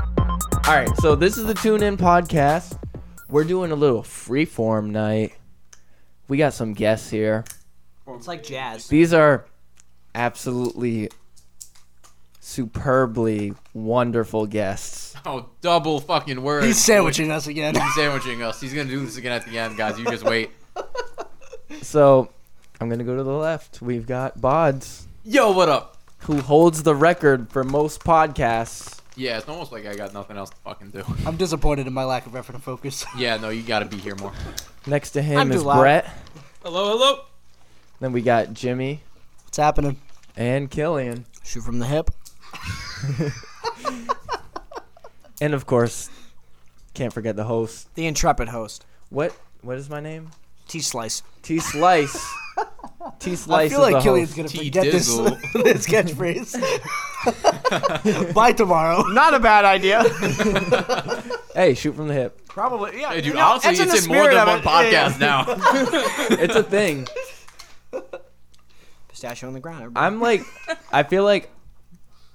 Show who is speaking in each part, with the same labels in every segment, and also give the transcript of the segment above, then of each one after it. Speaker 1: All right, so this is the Tune In podcast. We're doing a little freeform night. We got some guests here.
Speaker 2: It's like jazz.
Speaker 1: These are absolutely superbly wonderful guests.
Speaker 3: Oh, double fucking word.
Speaker 4: He's sandwiching us again.
Speaker 3: He's sandwiching us. He's gonna do this again at the end, guys. You just wait.
Speaker 1: So I'm going to go to the left. We've got Bods,
Speaker 3: Yo, what up?
Speaker 1: who holds the record for most podcasts.
Speaker 3: Yeah, it's almost like I got nothing else to fucking do.
Speaker 4: I'm disappointed in my lack of effort and focus.
Speaker 3: Yeah, no, you gotta be here more.
Speaker 1: Next to him
Speaker 4: I'm
Speaker 1: is
Speaker 4: too loud.
Speaker 1: Brett.
Speaker 3: Hello, hello.
Speaker 1: Then we got Jimmy
Speaker 4: What's happening?
Speaker 1: and Killian.
Speaker 4: Shoot from the hip.
Speaker 1: And of course, can't forget the host.
Speaker 2: The intrepid host.
Speaker 1: What what is my name?
Speaker 2: T slice.
Speaker 1: T Slice. T
Speaker 4: I
Speaker 1: Slice
Speaker 4: feel
Speaker 1: is the
Speaker 4: like Killian's
Speaker 1: host.
Speaker 4: gonna
Speaker 3: T
Speaker 4: forget this,
Speaker 3: Dizzle.
Speaker 4: this catchphrase by tomorrow.
Speaker 5: Not a bad idea.
Speaker 1: Hey, shoot from the hip.
Speaker 5: Probably. Yeah.
Speaker 3: Hey, dude,
Speaker 5: you know,
Speaker 3: honestly, it's,
Speaker 5: the
Speaker 3: in, more
Speaker 5: spirit
Speaker 3: than
Speaker 5: of
Speaker 3: one
Speaker 5: it. Yeah, yeah.
Speaker 3: podcast now.
Speaker 1: It's a thing.
Speaker 2: Pistachio on the ground. everybody.
Speaker 1: I'm like, I feel like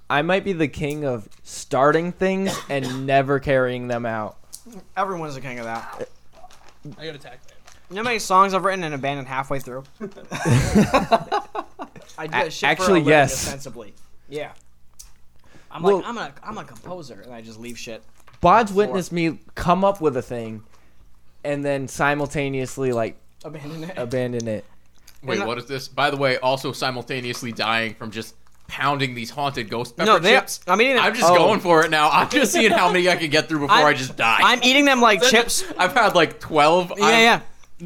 Speaker 1: I might be the king of starting things and never carrying them out.
Speaker 2: Everyone's the king of that.
Speaker 6: I got attacked.
Speaker 2: You know how many songs I've written and abandoned halfway through? I do that shit for a
Speaker 1: actually,
Speaker 2: living,
Speaker 1: yes.
Speaker 2: Ostensibly. Yeah. I'm
Speaker 1: Well-
Speaker 2: like I'm a I'm a composer and I just leave shit.
Speaker 1: Bod's witnessed me come up with a thing and then simultaneously like
Speaker 2: Abandon it.
Speaker 1: abandon it.
Speaker 3: Wait, what is this? By the way, also simultaneously dying from just pounding these haunted ghost pepper
Speaker 2: no, they.
Speaker 3: chips.
Speaker 2: I'm eating. Them,
Speaker 3: I'm just
Speaker 1: Oh.
Speaker 3: going for it now. I'm just seeing how many I can get through before i
Speaker 2: I'm-
Speaker 3: just die.
Speaker 2: Uh, I'm eating them like chips.
Speaker 3: I've had like 12.
Speaker 2: Yeah, yeah.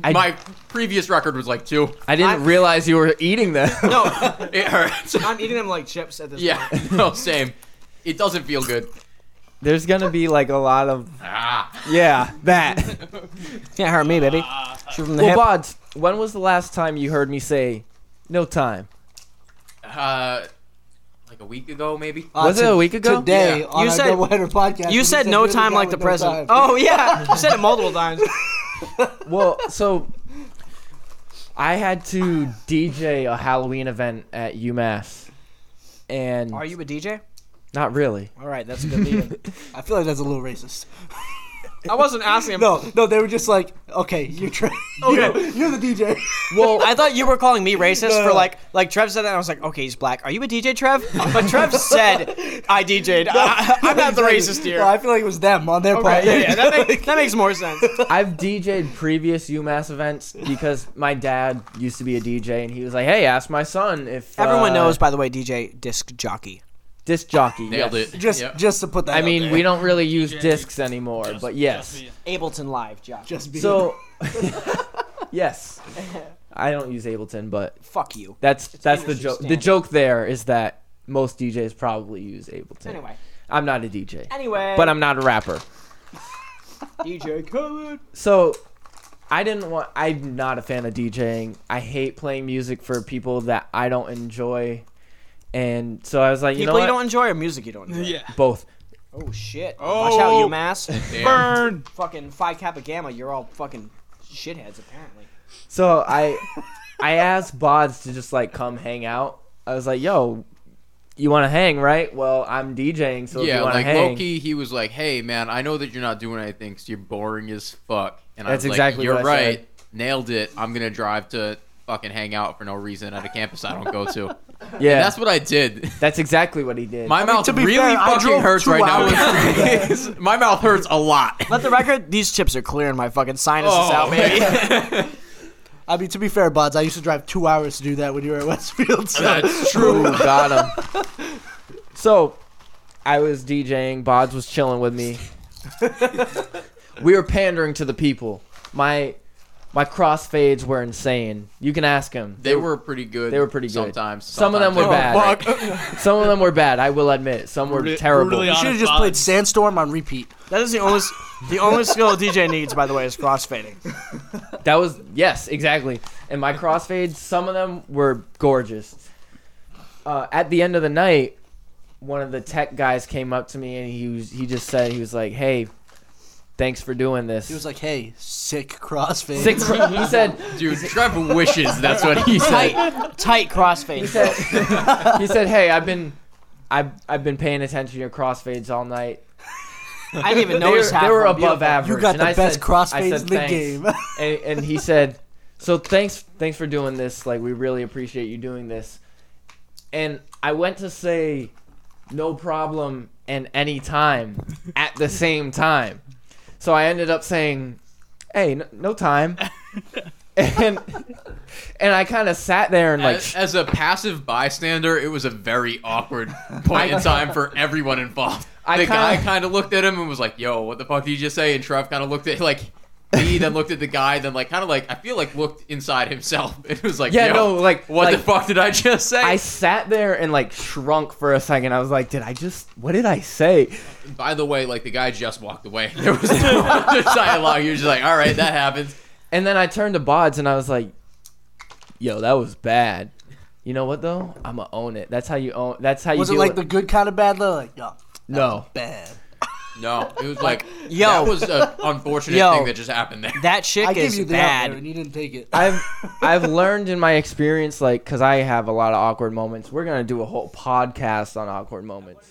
Speaker 1: I-
Speaker 3: My previous record was like two.
Speaker 1: I didn't
Speaker 2: I-
Speaker 1: realize you were eating them.
Speaker 2: No,
Speaker 3: It hurts.
Speaker 2: I'm eating them like chips at this
Speaker 3: yeah,
Speaker 2: point.
Speaker 3: no, same. It doesn't feel good.
Speaker 1: There's gonna be like a lot of
Speaker 3: Ah.
Speaker 1: yeah that.
Speaker 2: Can't hurt me, baby. Shoot from the
Speaker 1: well,
Speaker 2: hip.
Speaker 1: Bods, when was the last time you heard me say no time?
Speaker 3: uh, like a week ago, maybe.
Speaker 1: Was it a week ago?
Speaker 4: Today
Speaker 3: Yeah.
Speaker 4: on
Speaker 2: You
Speaker 4: our
Speaker 2: said-
Speaker 4: double header podcast.
Speaker 2: You
Speaker 4: we
Speaker 2: said no
Speaker 4: you're
Speaker 2: time
Speaker 4: guy
Speaker 2: like
Speaker 4: with
Speaker 2: the
Speaker 4: no
Speaker 2: present.
Speaker 4: time.
Speaker 2: Oh yeah, you said it multiple times.
Speaker 1: Well, so I had to DJ a Halloween event at UMass, and
Speaker 2: Are you a DJ?
Speaker 1: not really.
Speaker 2: All right, that's a good lead.
Speaker 4: I feel like that's a little racist.
Speaker 2: I wasn't asking him.
Speaker 4: No, no, they were just like, okay, you're tra-
Speaker 2: Okay.
Speaker 4: you're, you're the DJ.
Speaker 1: Well,
Speaker 2: I thought you were calling me racist
Speaker 4: No,
Speaker 2: for
Speaker 4: no.
Speaker 2: like like Trev said that. And I was like, okay, he's black. Are you a DJ, Trev? But Trev said I DJ'd. I, am not the racist
Speaker 4: Exactly.
Speaker 2: here.
Speaker 4: No, I feel like it was them on their part.
Speaker 2: Right, yeah, yeah, that, make- that makes more sense.
Speaker 1: I've DJ'd previous UMass events because my dad used to be a DJ, and he was like, "Hey, ask my son if
Speaker 2: Everyone
Speaker 1: uh,
Speaker 2: knows, by the way, DJ disc jockey.
Speaker 1: disc jockey."
Speaker 3: Nailed
Speaker 1: yes.
Speaker 3: it.
Speaker 4: just
Speaker 3: Yeah.
Speaker 4: just to put that.
Speaker 1: I
Speaker 4: out
Speaker 1: mean,
Speaker 4: there.
Speaker 1: we don't really use
Speaker 6: DJ.
Speaker 1: discs anymore, but yes.
Speaker 2: Ableton Live jockey.
Speaker 4: just be
Speaker 1: So, yes, I don't use Ableton, but
Speaker 2: Fuck you.
Speaker 1: that's that's the
Speaker 2: industry
Speaker 1: joke. The
Speaker 2: standard.
Speaker 1: joke there is that most DJs probably use Ableton.
Speaker 2: Anyway,
Speaker 1: I'm not a DJ,
Speaker 2: anyway.
Speaker 1: but I'm not a rapper.
Speaker 2: DJ Khaled.
Speaker 1: So I didn't want. I'm not a fan of DJing. I hate playing music for people that I don't enjoy, and so I was like, you
Speaker 2: People
Speaker 1: know,
Speaker 2: you
Speaker 1: what?
Speaker 2: don't enjoy or music you don't enjoy.
Speaker 6: Yeah.
Speaker 1: both.
Speaker 2: Oh shit.
Speaker 5: Oh.
Speaker 2: Watch out, UMass.
Speaker 3: Damn.
Speaker 2: fucking Phi Kappa Gamma, you're all fucking shitheads apparently.
Speaker 1: So I, I asked Bods to just like come hang out. I was like, yo. You want to hang, right? Well, I'm DJing, so if
Speaker 3: Yeah,
Speaker 1: you want to
Speaker 3: like
Speaker 1: hang,
Speaker 3: Loki, he was like, "Hey, man, I know that you're not doing anything, 'cause you're boring as fuck." And
Speaker 1: That's
Speaker 3: I was
Speaker 1: exactly
Speaker 3: like, "You're
Speaker 1: what I
Speaker 3: right,
Speaker 1: said.
Speaker 3: nailed it. I'm gonna drive to fucking hang out for no reason at a campus I don't go to." And
Speaker 1: yeah,
Speaker 3: that's what I did.
Speaker 1: That's exactly what he did.
Speaker 3: My mouth
Speaker 4: to be
Speaker 3: really
Speaker 4: fair, I
Speaker 3: fucking
Speaker 4: drove
Speaker 3: hurts
Speaker 4: two
Speaker 3: right now. with- My mouth hurts a lot.
Speaker 2: Let the record, these chips are clearing my fucking sinuses
Speaker 3: Oh,
Speaker 2: out, baby.
Speaker 4: I mean, to be fair, Buds, I used to drive two hours to do that when you were at Westfield. So.
Speaker 3: That's
Speaker 1: Ooh,
Speaker 3: true.
Speaker 1: got him. So, I was DJing. Bods was chilling with me. we were pandering to the people. My my crossfades were insane. You can ask him.
Speaker 3: They were pretty good.
Speaker 1: They were pretty good.
Speaker 3: Sometimes
Speaker 1: Some of them
Speaker 3: sometimes
Speaker 1: were
Speaker 3: they
Speaker 1: bad. Some of them were bad. I will admit. Some were
Speaker 6: Brutally
Speaker 1: terrible.
Speaker 4: you
Speaker 6: honest.
Speaker 4: should have just
Speaker 6: Buds.
Speaker 4: played Sandstorm on repeat.
Speaker 2: That is the only s- the only skill a DJ needs, by the way, is crossfading.
Speaker 1: That was yes, exactly. And my crossfades, some of them were gorgeous. Uh, at the end of the night, one of the tech guys came up to me and he was, he just said he was like, "Hey, thanks for doing this."
Speaker 4: He was like, "Hey, sick crossfade."
Speaker 1: Sick cro- he said
Speaker 3: Dude, Trev wishes that's what he said.
Speaker 2: Tight, tight
Speaker 1: he
Speaker 2: crossfade.
Speaker 1: said he said, "Hey, I've been I've I've been paying attention to your crossfades all night."
Speaker 2: I didn't even
Speaker 1: they were,
Speaker 2: notice half
Speaker 1: they were
Speaker 2: of
Speaker 1: above
Speaker 2: them. Beautiful.
Speaker 1: average.
Speaker 4: You got
Speaker 1: and
Speaker 4: the
Speaker 1: I
Speaker 4: best
Speaker 1: said, I
Speaker 4: crossfades
Speaker 1: said,
Speaker 4: in the
Speaker 1: "Thanks."
Speaker 4: game.
Speaker 1: and, and he said, "So thanks, thanks for doing this. Like we really appreciate you doing this." And I went to say, "No problem," and any time at the same time. So I ended up saying, "Hey, no, no time," and and I kind of sat there and like.
Speaker 3: As, as a passive bystander, it was a very awkward point in time for everyone involved.
Speaker 1: I
Speaker 3: the guy
Speaker 1: kinda-
Speaker 3: kind of looked at him and was like, "Yo, what the fuck did you just say?" And Trev kind of looked at like me, then looked at the guy, then like kind of like I feel like looked inside himself. It was like,
Speaker 1: Yeah,
Speaker 3: Yo,
Speaker 1: no, like-
Speaker 3: what the
Speaker 1: like-
Speaker 3: fuck did I just say?"
Speaker 1: I sat there and like shrunk for a second. I was like, "Did I just? What did I say?"
Speaker 3: By the way, like the guy just walked away. There was no other dialogue. He was just like, "All right, that happens."
Speaker 1: And then I turned to Bods and I was like, "Yo, that was bad." You know what though? I'ma own it. That's how you own. That's how you
Speaker 4: Was it
Speaker 1: do
Speaker 4: like the good kind of bad luck? Like, yo,
Speaker 1: no.
Speaker 4: bad.
Speaker 3: No, it was like,
Speaker 2: Yo.
Speaker 3: that was an unfortunate
Speaker 2: Yo.
Speaker 3: thing that just happened there.
Speaker 2: That shit
Speaker 4: I
Speaker 2: is
Speaker 4: give you the out
Speaker 2: bad.
Speaker 4: there and you didn't take it.
Speaker 1: I've I've learned in my experience, like, cause I have a lot of awkward moments. We're gonna do a whole podcast on awkward moments.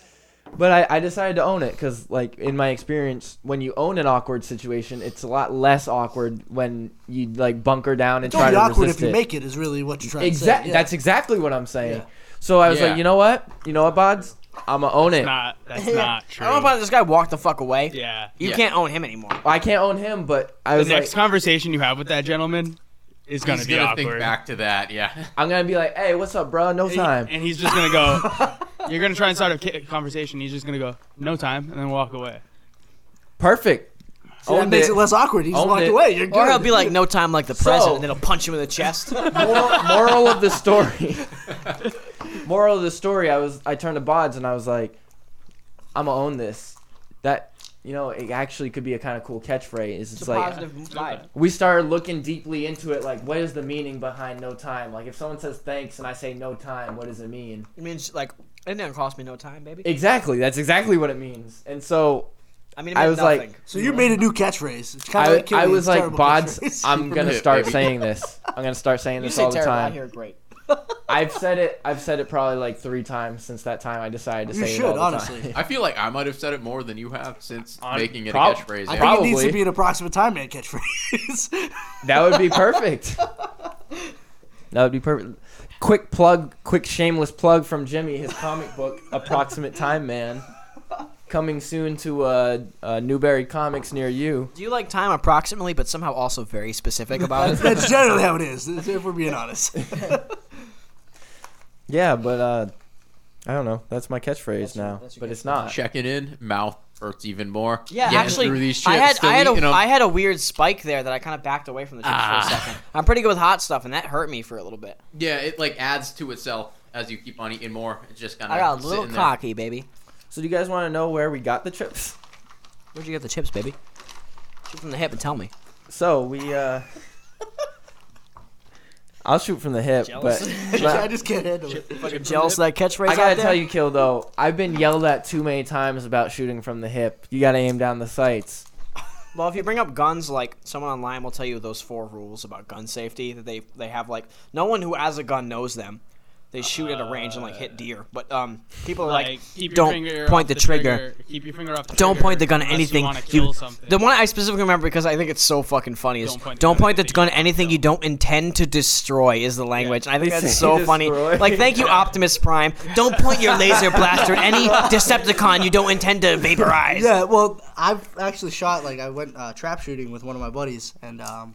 Speaker 1: But I, I decided to own it because, like, in my experience, when you own an awkward situation, it's a lot less awkward when you like bunker down and
Speaker 4: It's
Speaker 1: try
Speaker 4: only
Speaker 1: to
Speaker 4: awkward
Speaker 1: resist
Speaker 4: if you
Speaker 1: it.
Speaker 4: make it is really what you're trying to
Speaker 1: exactly.
Speaker 4: say. yeah.
Speaker 1: That's exactly what I'm saying.
Speaker 4: Yeah.
Speaker 1: So I was
Speaker 3: Yeah.
Speaker 1: like, you know what? You know what, Bods? I'ma own it.
Speaker 5: Not that's not
Speaker 2: I
Speaker 5: true.
Speaker 2: don't know about this guy walked the fuck away.
Speaker 5: yeah.
Speaker 2: You
Speaker 3: Yeah.
Speaker 2: can't own him anymore.
Speaker 1: Well, I can't own him, but I
Speaker 5: The
Speaker 1: was
Speaker 5: next
Speaker 1: like,
Speaker 5: conversation you have with that gentleman is gonna
Speaker 3: He's
Speaker 5: be
Speaker 3: gonna
Speaker 5: awkward.
Speaker 3: think back to that. Yeah.
Speaker 1: I'm gonna be like, hey, what's up, bro? No
Speaker 5: He-
Speaker 1: time.
Speaker 5: And he's just gonna go. You're gonna try and start a ki- conversation. He's just gonna go, no time, and then walk away.
Speaker 1: Perfect.
Speaker 4: See, that
Speaker 1: Owned
Speaker 4: makes
Speaker 1: it.
Speaker 4: it. less awkward. He just
Speaker 1: Owned
Speaker 4: walked
Speaker 1: it.
Speaker 4: away. You're good.
Speaker 2: Or he'll be like, no time like the present,
Speaker 1: So-
Speaker 2: and then he'll punch him in the chest.
Speaker 1: Moral, moral of the story. moral of the story. I was I turned to Bods and I was like, I'm gonna own this. That you know, it actually could be a kind of cool catchphrase. It's, like
Speaker 2: vibe.
Speaker 1: we started looking deeply into it. Like, what is the meaning behind no time? Like, if someone says thanks and I say no time, what does it mean?
Speaker 2: It means like it didn't cost me no time, baby.
Speaker 1: Exactly. That's exactly what it means. And so
Speaker 2: I mean, it
Speaker 1: I
Speaker 2: meant
Speaker 1: was like-
Speaker 2: nothing.
Speaker 4: So you made a new catchphrase. It's kind
Speaker 1: I,
Speaker 4: of like
Speaker 1: I
Speaker 4: Killian's
Speaker 1: was like,
Speaker 4: terrible
Speaker 1: Bods,
Speaker 4: catchphrase.
Speaker 1: I'm gonna
Speaker 3: Hit,
Speaker 1: start
Speaker 3: baby.
Speaker 1: saying this. I'm gonna start saying
Speaker 2: you
Speaker 1: this
Speaker 2: say
Speaker 1: all the
Speaker 2: terrible. I
Speaker 1: time.
Speaker 2: hear it great.
Speaker 1: I've said it. I've said it probably like three times since that time I decided to
Speaker 4: You
Speaker 1: say
Speaker 4: should,
Speaker 1: it all the
Speaker 4: honestly.
Speaker 1: time.
Speaker 3: I feel like I might have said it more than you have since
Speaker 5: I'm
Speaker 3: making it
Speaker 1: prob-
Speaker 3: a catchphrase.
Speaker 1: I
Speaker 3: yeah.
Speaker 1: think-
Speaker 4: It needs
Speaker 1: Probably.
Speaker 4: to be an approximate time man catchphrase.
Speaker 1: that would be perfect. that would be perfect. Quick plug. Quick shameless plug from Jimmy. His comic book, Approximate Time Man, coming soon to uh, uh, Newberry Comics near you.
Speaker 2: Do you like time approximately, but somehow also very specific about it?
Speaker 4: That's generally how it is, if we're being honest.
Speaker 1: Yeah, but uh, I don't know. That's my catchphrase now,
Speaker 2: that's your
Speaker 1: but it's not.
Speaker 3: Checking in, mouth hurts even more.
Speaker 2: Yeah,
Speaker 3: Getting
Speaker 2: actually,
Speaker 3: through these shit,
Speaker 2: I had
Speaker 3: still
Speaker 2: I had, a,
Speaker 3: eating 'em.
Speaker 2: I had a weird spike there that I kind of backed away from the chips for
Speaker 1: Ah.
Speaker 2: a second. I'm pretty good with hot stuff, and that hurt me for a little bit.
Speaker 3: yeah, it like adds to itself as you keep on eating more. It's just kind of
Speaker 2: I got a little cocky, baby.
Speaker 1: So, do you guys want to know where we got the chips?
Speaker 2: Where'd you get the chips, baby? Shoot from the hip and tell me.
Speaker 1: So we uh I'll shoot from the hip,
Speaker 2: Jealous?
Speaker 1: but
Speaker 4: I just can't handle it.
Speaker 2: Fucking jealous of that catchphrase.
Speaker 1: I
Speaker 2: out
Speaker 1: gotta
Speaker 2: there?
Speaker 1: tell you, Kill though, I've been yelled at too many times about shooting from the hip. You gotta aim down the sights.
Speaker 2: Well, if you bring up guns, like someone online will tell you those four rules about gun safety that they they have. Like no one who has a gun knows them. They shoot at a range and like hit deer, but um, people are like,
Speaker 5: Uh, keep your
Speaker 2: don't
Speaker 5: finger
Speaker 2: point the
Speaker 5: off
Speaker 2: trigger.
Speaker 5: Keep your finger off the
Speaker 2: don't
Speaker 5: trigger
Speaker 2: point the gun at
Speaker 5: unless
Speaker 2: anything.
Speaker 5: You, wanna kill something.
Speaker 2: the one I specifically remember because I think it's so fucking funny is
Speaker 5: Don't point the
Speaker 2: don't
Speaker 5: gun
Speaker 2: point
Speaker 5: at
Speaker 2: the
Speaker 5: anything
Speaker 2: gun
Speaker 5: you
Speaker 2: at anything you don't intend to destroy is the language. And I think
Speaker 1: They
Speaker 2: that's
Speaker 1: say
Speaker 2: so funny.
Speaker 1: destroy.
Speaker 2: Like thank you Optimus Prime. Don't point your laser blaster at any Decepticon you don't intend to vaporize.
Speaker 4: Yeah, well, I've actually shot like I went uh, trap shooting with one of my buddies, and um,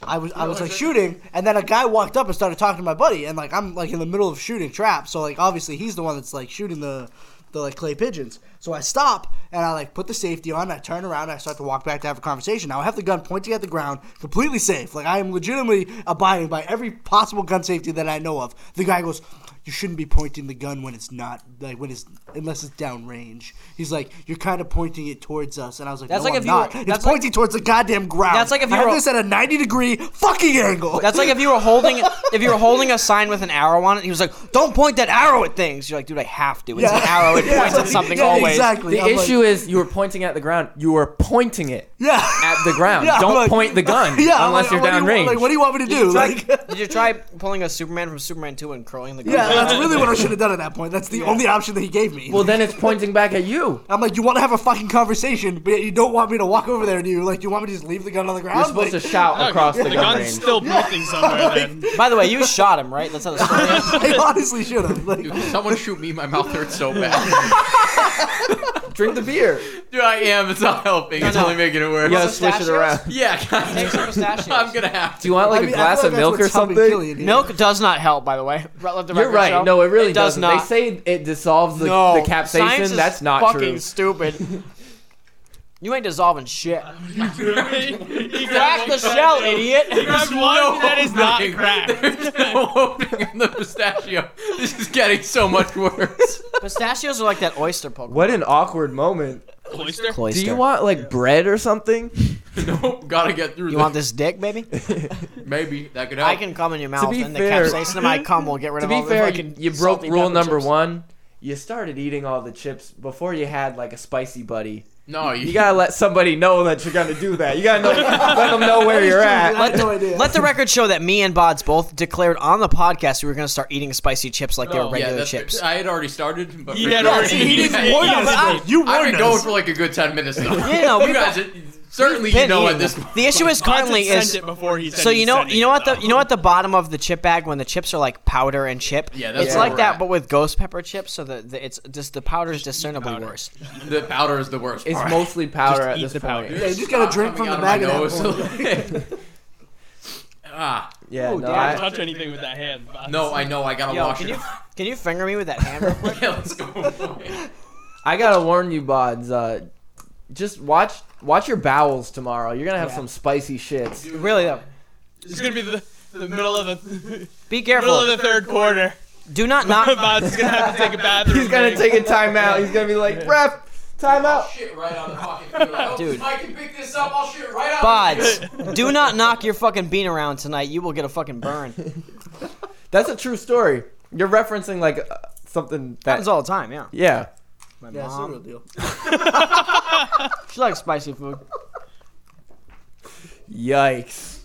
Speaker 4: I was I was like shooting, and then a guy walked up and started talking to my buddy, and like I'm like in the middle of shooting trap, so like obviously he's the one that's like shooting the the like clay pigeons. So I stop and I like put the safety on. I turn around. And I start to walk back to have a conversation. Now I have the gun pointing at the ground, completely safe. Like I am legitimately abiding by every possible gun safety that I know of. The guy goes, "You shouldn't be pointing the gun when it's not like when it's unless it's downrange." He's like, "You're kind of pointing it towards us," and I was like,
Speaker 2: That's
Speaker 4: "No,
Speaker 2: like
Speaker 4: I'm
Speaker 2: if you
Speaker 4: not.
Speaker 2: were-
Speaker 4: it's
Speaker 2: that's like-
Speaker 4: pointing towards the goddamn ground."
Speaker 2: That's like if
Speaker 4: I
Speaker 2: you
Speaker 4: have
Speaker 2: were-
Speaker 4: this at a ninety degree fucking angle.
Speaker 2: That's like if you were holding if you were holding a sign with an arrow on it. He was like, "Don't point that arrow at things." You're like, "Dude, I have to. It's an
Speaker 4: Yeah.
Speaker 2: arrow. It
Speaker 4: Yeah,
Speaker 2: points at
Speaker 4: like-
Speaker 2: something
Speaker 4: yeah,
Speaker 2: always."
Speaker 4: Exactly.
Speaker 1: The
Speaker 4: I'm like-
Speaker 1: issue is you were pointing at the ground. You were pointing it
Speaker 4: yeah.
Speaker 1: at the ground.
Speaker 4: Yeah, I'm
Speaker 1: Don't
Speaker 4: like-
Speaker 1: point the gun
Speaker 4: Yeah, I'm
Speaker 1: unless
Speaker 4: like,
Speaker 1: you're
Speaker 4: what do you want-
Speaker 1: downrange.
Speaker 4: Like, what do you want me to do? Like,
Speaker 2: Did you try pulling a Superman from Superman 2 and curling the gun?
Speaker 4: yeah, that's really what I should have done at that point. That's the only option that he gave me.
Speaker 1: Well, then it's pointing back at you.
Speaker 4: I'm like, you want to have a fucking conversation, but yet you don't want me to walk over there to you. Like, you want me to just leave the gun on the ground?
Speaker 1: You're supposed to shout across the
Speaker 5: the
Speaker 1: gun
Speaker 5: gun's
Speaker 1: range.
Speaker 5: still pointing somewhere. Then
Speaker 2: By the way, you shot him, right? That's how the story ends.
Speaker 4: I honestly should have. Like,
Speaker 3: Dude, someone shoot me. My mouth hurts so bad.
Speaker 1: Drink the beer.
Speaker 3: Dude, I am. It's not helping. It's
Speaker 2: no.
Speaker 3: only making it worse.
Speaker 1: You gotta swish it
Speaker 2: pistachios?
Speaker 1: around.
Speaker 3: Yeah, kind
Speaker 2: Take
Speaker 3: of.
Speaker 2: some pistachios.
Speaker 3: I'm gonna have
Speaker 1: Do
Speaker 3: to.
Speaker 1: you want like
Speaker 4: I mean,
Speaker 1: a
Speaker 4: I
Speaker 1: glass
Speaker 4: feel
Speaker 1: of
Speaker 4: like that's
Speaker 1: milk
Speaker 4: what
Speaker 1: or
Speaker 4: Tom and
Speaker 1: something?
Speaker 4: Killian did.
Speaker 2: Milk does not help, by the way. Let the
Speaker 1: You're
Speaker 2: record
Speaker 1: right.
Speaker 2: show.
Speaker 1: No, it really
Speaker 2: It does
Speaker 1: doesn't.
Speaker 2: not.
Speaker 1: They say it dissolves the,
Speaker 2: No,
Speaker 1: the capsaicin.
Speaker 2: Science is
Speaker 1: That's not
Speaker 2: fucking
Speaker 1: true.
Speaker 2: stupid. You ain't dissolving shit.
Speaker 5: he
Speaker 2: Crack the shell, idiot.
Speaker 5: There's one that is not
Speaker 3: opening.
Speaker 5: cracked.
Speaker 3: There's no opening in the pistachio. This is getting so much worse.
Speaker 2: Pistachios are like that oyster poke.
Speaker 1: What an awkward moment.
Speaker 5: Cloister.
Speaker 1: Do you want like bread or something?
Speaker 3: nope, gotta get through.
Speaker 2: You want this dick, baby?
Speaker 3: this? Maybe that could help.
Speaker 2: I can come in your mouth,
Speaker 1: be
Speaker 2: and
Speaker 1: fair-
Speaker 2: the capsaicin of my cum will get rid
Speaker 1: To
Speaker 2: of
Speaker 1: be
Speaker 2: all the
Speaker 1: fair,
Speaker 2: fucking
Speaker 1: you broke
Speaker 2: salty
Speaker 1: rule
Speaker 2: pepper
Speaker 1: number
Speaker 2: chips.
Speaker 1: one. You started eating all the chips before you had like a spicy buddy.
Speaker 3: No, you,
Speaker 1: You gotta let somebody know that you're gonna do that. You gotta know, let them know where you're
Speaker 4: I
Speaker 1: at.
Speaker 4: had no idea.
Speaker 2: Let the record show that me and Bods both declared on the podcast we were going to start eating spicy chips like they were
Speaker 5: No.
Speaker 2: regular
Speaker 3: that's-
Speaker 2: chips.
Speaker 3: I had already started. But
Speaker 5: You had
Speaker 3: Yeah,
Speaker 5: already-
Speaker 3: see, he
Speaker 5: you
Speaker 3: didn't
Speaker 5: had-
Speaker 3: warn
Speaker 5: yeah,
Speaker 3: us.
Speaker 5: but I-
Speaker 4: you
Speaker 3: I've
Speaker 4: warned
Speaker 3: been going
Speaker 4: us.
Speaker 3: for like a good ten minutes though.
Speaker 2: Yeah, no,
Speaker 3: you
Speaker 2: we've
Speaker 3: guys it- certainly you
Speaker 2: Been
Speaker 3: know at
Speaker 2: eating
Speaker 3: this.
Speaker 2: them. The issue is currently
Speaker 5: Johnson
Speaker 2: is
Speaker 5: sent it before he said
Speaker 2: so
Speaker 5: he
Speaker 2: you know
Speaker 5: sent
Speaker 2: you know
Speaker 5: it,
Speaker 2: what the
Speaker 5: though.
Speaker 2: you know at the bottom of the chip bag when the chips are like powder and chip.
Speaker 3: Yeah, that's
Speaker 2: it's
Speaker 3: where
Speaker 2: like
Speaker 3: we're
Speaker 2: that,
Speaker 3: at.
Speaker 2: but with ghost pepper chips. So the, the it's just the powder is discernibly worse.
Speaker 3: The powder is the worst.
Speaker 1: It's
Speaker 3: part.
Speaker 1: mostly powder
Speaker 5: Just
Speaker 1: at
Speaker 5: eat
Speaker 1: this
Speaker 5: the
Speaker 1: point.
Speaker 5: powder.
Speaker 4: Yeah, you just gotta
Speaker 3: Stop
Speaker 4: drink from the
Speaker 3: coming
Speaker 4: bag
Speaker 3: out
Speaker 4: at
Speaker 3: of
Speaker 4: that
Speaker 3: my nose. ah,
Speaker 1: Yeah,
Speaker 4: Oh,
Speaker 1: no,
Speaker 4: damn.
Speaker 5: Don't
Speaker 1: I,
Speaker 5: touch anything with that hand. boss.
Speaker 3: no, I know. I gotta
Speaker 2: Yo,
Speaker 3: wash
Speaker 2: can
Speaker 3: it.
Speaker 2: you can you finger me with that hand? real quick?
Speaker 3: yeah, let's go. away.
Speaker 1: I gotta warn you, Bods. Uh, just watch watch your bowels tomorrow. You're gonna have
Speaker 2: Yeah.
Speaker 1: some spicy shits.
Speaker 2: really though,
Speaker 5: It's gonna be the, the middle of the
Speaker 2: be
Speaker 5: middle
Speaker 2: careful.
Speaker 5: of the third quarter.
Speaker 2: Do not not.
Speaker 5: Bods is gonna have to take a bathroom.
Speaker 1: He's gonna
Speaker 5: break.
Speaker 1: take a timeout. He's gonna be like, ref, timeout.
Speaker 3: Shit right on the fucking field. I hope
Speaker 2: Dude.
Speaker 3: I "Oh, can pick this up. I'll shoot it right on the field.
Speaker 2: Bods, do not knock your fucking bean around tonight. You will get a fucking burn.
Speaker 1: That's a true story. You're referencing like uh, something that.
Speaker 2: Happens all the time. Yeah.
Speaker 1: Yeah.
Speaker 2: My
Speaker 4: Yeah, it's the
Speaker 2: mom.
Speaker 4: real deal.
Speaker 2: She likes spicy food.
Speaker 1: Yikes.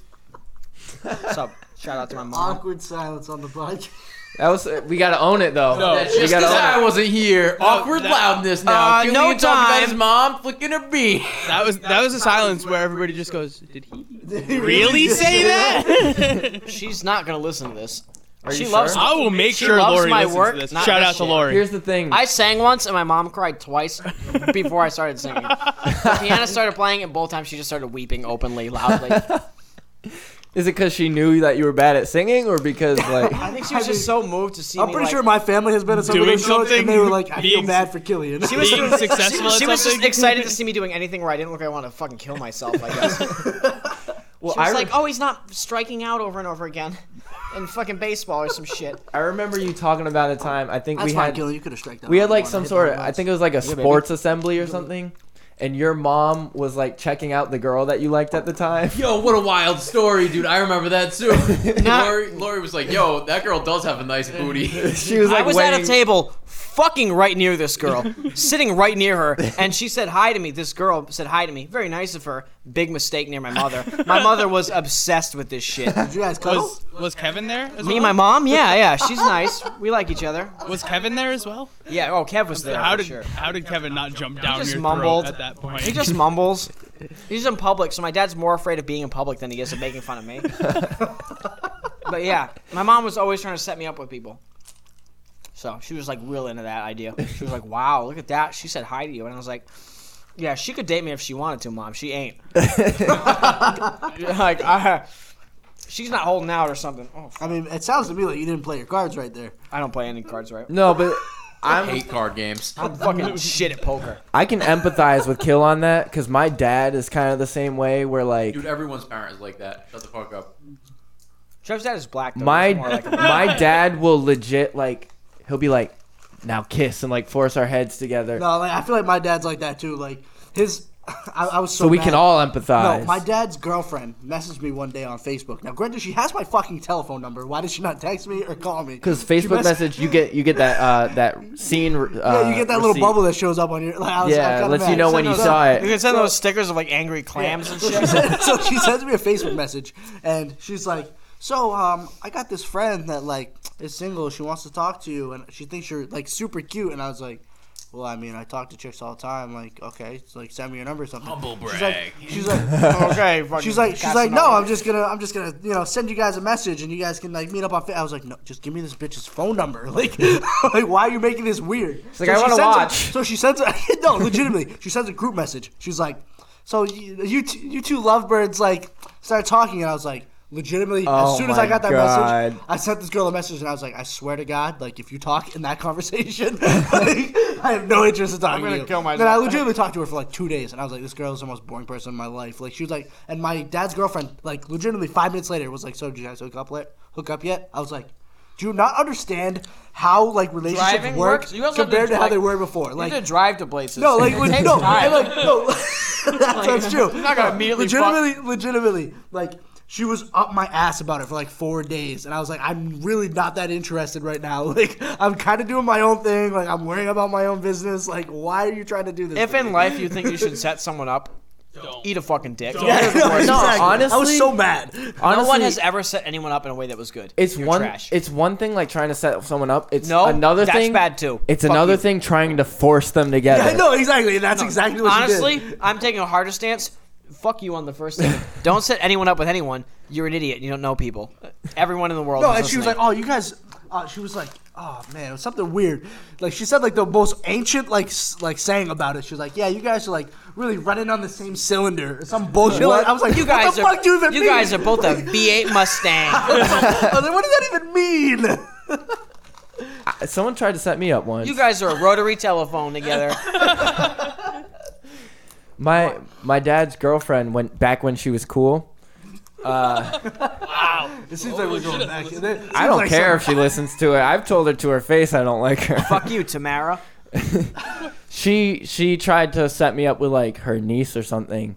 Speaker 2: What's up? Shout out to my mom.
Speaker 4: Awkward silence on the podcast.
Speaker 1: That was. uh, We gotta own it though.
Speaker 5: No.
Speaker 3: That's just
Speaker 1: We
Speaker 3: because
Speaker 1: gotta own
Speaker 3: I
Speaker 1: it.
Speaker 3: wasn't here. Awkward
Speaker 5: that-
Speaker 3: loudness now.
Speaker 2: Uh,
Speaker 3: Killian
Speaker 2: no
Speaker 3: talking about his
Speaker 2: time.
Speaker 3: mom flicking her bean.
Speaker 5: That was that was a silence where everybody just goes, "Did he
Speaker 4: He
Speaker 5: really
Speaker 4: did.
Speaker 5: say that?"
Speaker 2: She's not gonna listen to this.
Speaker 1: Are
Speaker 2: she
Speaker 1: you
Speaker 2: loves-
Speaker 1: sure?
Speaker 5: I will make
Speaker 2: She
Speaker 5: sure
Speaker 2: loves
Speaker 5: Lori
Speaker 2: my
Speaker 5: listens
Speaker 2: work,
Speaker 5: to this.
Speaker 2: not
Speaker 5: Shout
Speaker 2: this
Speaker 5: out to
Speaker 2: shit.
Speaker 5: Lori.
Speaker 1: Here's the thing.
Speaker 2: I sang once and my mom cried twice before I started singing. The piano started playing and both times she just started weeping openly, loudly.
Speaker 1: Is it because she knew that you were bad at singing, or because like?
Speaker 2: I think she was just so moved to see
Speaker 4: I'm
Speaker 2: me,
Speaker 4: pretty
Speaker 2: like-
Speaker 4: sure my family has been at some of
Speaker 5: Doing
Speaker 4: those shows, and they
Speaker 5: something,
Speaker 4: were like, "I feel
Speaker 5: being-
Speaker 4: bad for Killian." She
Speaker 5: was being successful
Speaker 2: She
Speaker 5: at
Speaker 2: was just
Speaker 5: something.
Speaker 2: excited to see me doing anything where I didn't look like I want to fucking kill myself, I guess. She
Speaker 1: well, I
Speaker 2: was
Speaker 1: re-
Speaker 2: like, oh, he's not striking out over and over again in fucking baseball or some shit.
Speaker 1: I remember you talking about a time. I think
Speaker 4: That's
Speaker 1: we
Speaker 4: fine,
Speaker 1: had
Speaker 4: Killian. You could have striked out.
Speaker 1: we had
Speaker 4: on
Speaker 1: like
Speaker 4: one.
Speaker 1: some
Speaker 4: Hit
Speaker 1: sort of.
Speaker 4: the
Speaker 1: I think it was like a
Speaker 2: baby.
Speaker 1: sports assembly or something, and your mom was like checking out the girl that you liked at the time.
Speaker 3: Yo, what a wild story, dude. I remember that too.
Speaker 2: Not-
Speaker 3: Lori, Lori was like, yo, that girl does have a nice booty.
Speaker 1: She was like,
Speaker 2: I was
Speaker 1: waiting.
Speaker 2: at a table fucking right near this girl, sitting right near her, and she said hi to me. This girl said hi to me. Very nice of her. Big mistake near my mother. My mother was obsessed with this shit.
Speaker 4: Did you guys cuddle?
Speaker 5: Was was Kevin there?
Speaker 2: Me
Speaker 5: As well?
Speaker 2: and my mom? Yeah, yeah. She's nice. We like each other.
Speaker 5: was Kevin there as well?
Speaker 2: Yeah, oh, Kev was there.
Speaker 5: How
Speaker 2: for
Speaker 5: did
Speaker 2: sure.
Speaker 5: how did Kevin not jump down
Speaker 2: just
Speaker 5: your
Speaker 2: mumbled.
Speaker 5: throat at that point?
Speaker 2: He just mumbles. He's in public, so my dad's more afraid of being in public than he is of making fun of me. but yeah, my mom was always trying to set me up with people. So she was like real into that idea. She was like, "Wow, look at that." She said hi to you, and I was like, "Yeah, she could date me if she wanted to, mom. She ain't." like, I, she's not holding out or something. Oh, f-
Speaker 4: I mean, it sounds to me like you didn't play your cards right there.
Speaker 2: I don't play any cards, right?
Speaker 1: no, but
Speaker 3: I
Speaker 1: I'm
Speaker 3: hate card games.
Speaker 2: I'm fucking shit at poker.
Speaker 1: I can empathize with Kill on that because my dad is kind of the same way. Where like
Speaker 3: Dude, everyone's parent is like that. Shut the fuck up.
Speaker 2: Trev's dad is black. Though. He's
Speaker 1: my
Speaker 2: more like a-
Speaker 1: my dad will legit like he'll be like, now kiss and like force our heads together,
Speaker 4: No, like I feel like my dad's like that too. Like his, I, I was so.
Speaker 1: so we
Speaker 4: mad.
Speaker 1: can all
Speaker 4: No,
Speaker 1: empathize.
Speaker 4: my dad's girlfriend messaged me one day on Facebook. Now, granted, she has my fucking telephone number. Why did she not text me or call me?
Speaker 1: Because Facebook
Speaker 4: mess-
Speaker 1: message, you get you get that uh, that scene. Uh,
Speaker 4: Yeah, you get that little
Speaker 1: receipt.
Speaker 4: bubble that shows up on your. Like, I was,
Speaker 1: Yeah,
Speaker 4: I'm kinda
Speaker 1: lets you
Speaker 4: mad.
Speaker 1: know when you
Speaker 4: So-
Speaker 1: saw it.
Speaker 2: You can send those stickers of like angry clams and shit.
Speaker 4: so she sends me a Facebook message, and she's like, so um, I got this friend that like is single. She wants to talk to you, and she thinks you're like super cute. And I was like, well, I mean, I talk to chicks all the time. Like, okay, so, like send me your number or something.
Speaker 3: Humble
Speaker 4: She's like,
Speaker 3: brag.
Speaker 4: she's like, "Oh,
Speaker 2: okay. fucking
Speaker 4: she's like, she's
Speaker 2: got
Speaker 4: like,
Speaker 2: some
Speaker 4: no,
Speaker 2: other-
Speaker 4: I'm just gonna, I'm just gonna, you know, send you guys a message and you guys can like meet up on. Fa-. I was like, no, just give me this bitch's phone number. Like, like why are you making this weird?
Speaker 1: like, I
Speaker 4: she
Speaker 1: wanna
Speaker 4: sends a-
Speaker 1: watch.
Speaker 4: so she sends, a, no, legitimately, she sends a group message. She's like, so you, you, t- you two lovebirds like started talking and I was like. Legitimately,
Speaker 1: Oh
Speaker 4: as soon as I
Speaker 1: my
Speaker 4: got that
Speaker 1: God.
Speaker 4: message, I sent this girl a message and I was like, I swear to God, like if you talk in that conversation, like, I have no interest in talking
Speaker 2: gonna
Speaker 4: to you.
Speaker 2: kill myself.
Speaker 4: Then I legitimately talked to her for like two days, and I was like, this girl is the most boring person in my life. Like she was like, and my dad's girlfriend, like legitimately five minutes later, was like, so did you guys hook up yet? Hook up yet? I was like. Do you not understand how like relationships
Speaker 2: Driving
Speaker 4: work
Speaker 2: works? You also have to
Speaker 4: compared to, how
Speaker 2: like-
Speaker 4: they were before?
Speaker 2: You
Speaker 4: Like
Speaker 2: have to drive to places.
Speaker 4: no, like
Speaker 2: It takes
Speaker 4: no,
Speaker 2: time.
Speaker 4: and, like no, that's, that's true.
Speaker 2: You're not gonna
Speaker 4: No,
Speaker 2: immediately
Speaker 4: legitimately, legitimately, like she was up my ass about it for like four days, and I was like, I'm really not that interested right now. Like I'm kind of doing my own thing. Like I'm worrying about my own business. Like why are you trying to do this?
Speaker 2: if
Speaker 4: to
Speaker 2: in
Speaker 4: me?
Speaker 2: life you think you should set someone up, eat a fucking dick.
Speaker 4: Yeah,
Speaker 2: No
Speaker 4: no, exactly. I was
Speaker 1: honestly-
Speaker 4: so mad.
Speaker 1: Honestly,
Speaker 2: one has ever set anyone up in a way that was good.
Speaker 1: it's
Speaker 2: You're
Speaker 1: one.
Speaker 2: Trash.
Speaker 1: It's one thing like trying to set someone up. It's
Speaker 2: no,
Speaker 1: another
Speaker 2: that's
Speaker 1: thing.
Speaker 2: bad too.
Speaker 1: It's
Speaker 2: Fuck
Speaker 1: another
Speaker 2: you.
Speaker 1: thing trying to force them together.
Speaker 4: I know exactly, and that's exactly what she
Speaker 2: Honestly,
Speaker 4: did.
Speaker 2: I'm taking a harder stance. Fuck you on the first thing. don't set anyone up with anyone. You're an idiot. You don't know people. Everyone in the world.
Speaker 4: No,
Speaker 2: is
Speaker 4: and she was like,
Speaker 2: listening.
Speaker 4: "Oh, you guys." Uh, she was like, "Oh man, it was something weird." Like she said, like the most ancient like s- like saying about it. She was like, "Yeah, you guys are like really running on the same cylinder." Or some bullshit. Like, I was like,
Speaker 2: you guys
Speaker 4: what the
Speaker 2: are
Speaker 4: fuck do you even
Speaker 2: you
Speaker 4: mean?"
Speaker 2: guys are both a V8 Mustang.
Speaker 4: I was like, "What does that even mean?"
Speaker 1: Someone tried to set me up once.
Speaker 2: you guys are a rotary telephone together.
Speaker 1: my my dad's girlfriend went back when she was cool.
Speaker 4: It seems like we're going back.
Speaker 1: I don't care if she listens to it. I've told her to her face I don't like her.
Speaker 2: Fuck you, Tamara.
Speaker 1: she she tried to set me up with like her niece or something,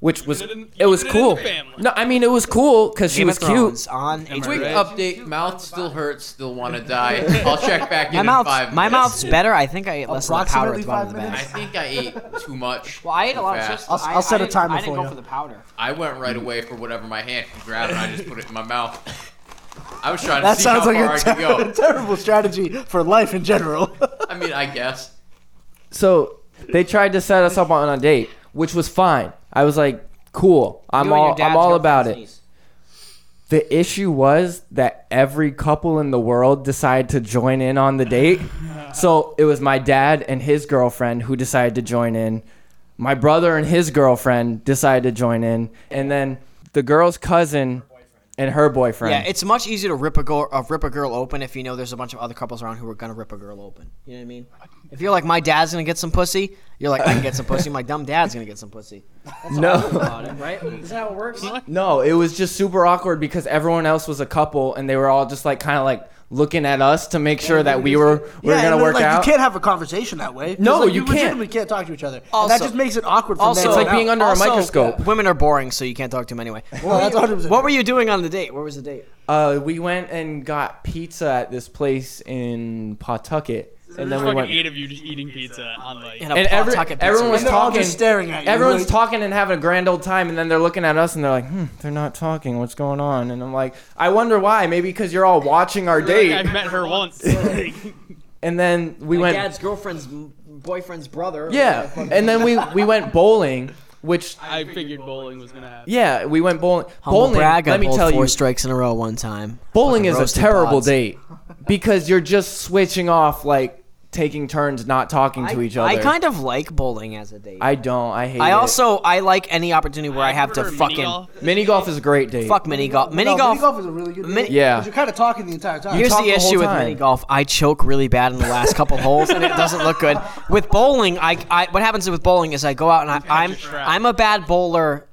Speaker 1: which was
Speaker 5: it in-
Speaker 1: it was
Speaker 5: keeping it in
Speaker 1: cool.
Speaker 5: the family.
Speaker 1: No, I mean it was cool because she
Speaker 2: Game
Speaker 1: was
Speaker 2: of Thrones
Speaker 1: cute.
Speaker 2: on
Speaker 3: Quick
Speaker 5: Right.
Speaker 3: update. Mouth still hurts. Still want to die. I'll check back in
Speaker 2: My
Speaker 3: in
Speaker 2: mouth's
Speaker 3: five
Speaker 2: my
Speaker 3: minutes.
Speaker 2: mouth's better. I think I ate less of the powder at
Speaker 4: Approximately
Speaker 2: the bottom of the
Speaker 4: five
Speaker 3: I
Speaker 2: bag.
Speaker 4: minutes.
Speaker 3: think I ate too much.
Speaker 2: Well, I ate a lot. Of
Speaker 3: Fast.
Speaker 2: chips.
Speaker 4: I'll-
Speaker 2: I-
Speaker 4: I'll set
Speaker 2: I
Speaker 4: a
Speaker 2: didn't-
Speaker 4: timer
Speaker 2: I didn't
Speaker 4: for
Speaker 2: go
Speaker 4: you.
Speaker 2: for the powder.
Speaker 3: I went right away for whatever my hand could grab, and I just put it in my mouth. I was trying to
Speaker 4: That
Speaker 3: see how
Speaker 4: sounds like
Speaker 3: far I
Speaker 4: a
Speaker 3: could
Speaker 4: ter-
Speaker 3: go.
Speaker 4: terrible strategy for life in general.
Speaker 3: I mean, I guess.
Speaker 1: So they tried to set us up on a date, which was fine. I was like, cool. I'm
Speaker 2: You and your
Speaker 1: all
Speaker 2: dad's
Speaker 1: I'm all about
Speaker 2: girlfriend's
Speaker 1: it.
Speaker 2: niece.
Speaker 1: The issue was that every couple in the world decided to join in on the date. So it was my dad and his girlfriend who decided to join in. My brother and his girlfriend decided to join in. And then the girl's cousin and her boyfriend.
Speaker 2: Yeah, it's much easier to rip a girl uh, rip a girl open if you know there's a bunch of other couples around who are gonna rip a girl open. You know what I mean? If you're like, my dad's gonna get some pussy, you're like, I can get some pussy. My dumb dad's gonna get some pussy.
Speaker 1: no,
Speaker 2: About it, right? Is that how it works?
Speaker 1: no, it was just super awkward because everyone else was a couple and they were all just like kind of like looking at us to make sure that we were we were
Speaker 4: Yeah, and
Speaker 1: gonna
Speaker 4: then,
Speaker 1: work
Speaker 4: like,
Speaker 1: out.
Speaker 4: You can't have a conversation that way. 'cause,
Speaker 1: No,
Speaker 4: like,
Speaker 1: you can't.
Speaker 4: legitimately can't talk to each other. and that
Speaker 2: Also-
Speaker 4: just makes it awkward. From
Speaker 2: Also,
Speaker 4: there
Speaker 1: It's like
Speaker 4: on
Speaker 1: being
Speaker 4: out.
Speaker 1: under a microscope.
Speaker 2: Women are boring, so you can't talk to them anyway.
Speaker 4: Well, that's 100%.
Speaker 2: What were you doing on the date? Where was the date?
Speaker 1: Uh, we went and got pizza at this place in Pawtucket, and then we
Speaker 5: fucking
Speaker 1: went.
Speaker 5: eight of you just eating pizza on like.
Speaker 2: In a
Speaker 1: And every-
Speaker 2: Pawtucket pizza
Speaker 1: everyone was
Speaker 4: And they're
Speaker 2: restaurant.
Speaker 4: all
Speaker 1: talking-
Speaker 4: just staring at you.
Speaker 1: Everyone's
Speaker 4: like-
Speaker 1: talking and having a grand old time, and then they're looking at us and they're like, "Hmm, they're not talking. What's going on?" And I'm like, "I wonder why. Maybe because you're all watching our
Speaker 5: I've
Speaker 1: date."
Speaker 5: met her once.
Speaker 1: And then we
Speaker 2: My
Speaker 1: went,
Speaker 2: dad's girlfriend's m- boyfriend's brother.
Speaker 1: yeah. And then we we went bowling, which
Speaker 5: I figured bowling was gonna happen.
Speaker 1: yeah, we went bowling.
Speaker 2: Humble
Speaker 1: bowling.
Speaker 2: brag, I
Speaker 1: let me
Speaker 2: pulled
Speaker 1: tell
Speaker 2: four
Speaker 1: you,
Speaker 2: strikes in a row one time.
Speaker 1: bowling
Speaker 2: Fucking
Speaker 1: is a
Speaker 2: roasted
Speaker 1: terrible
Speaker 2: pods.
Speaker 1: date because you're just switching off, like taking turns not talking to each other.
Speaker 2: I kind of like bowling as a date. I,
Speaker 1: I don't. I hate. it.
Speaker 2: also I like any opportunity where I, have to
Speaker 5: Or mini
Speaker 2: fucking
Speaker 5: golf.
Speaker 1: mini golf is a great date.
Speaker 2: fuck mini golf. Mini
Speaker 4: No,
Speaker 2: golf.
Speaker 4: Mini golf is a really good.
Speaker 2: Mini-
Speaker 4: game,
Speaker 1: Yeah.
Speaker 4: 'cause You're kind of talking the entire time.
Speaker 2: Here's
Speaker 1: talk
Speaker 2: the
Speaker 1: the whole
Speaker 2: issue with
Speaker 1: time.
Speaker 2: mini golf. I choke really bad in the last couple holes, and it doesn't look good. With bowling, I, I what happens with bowling is I go out and I, I'm
Speaker 5: your trap.
Speaker 2: I'm a bad bowler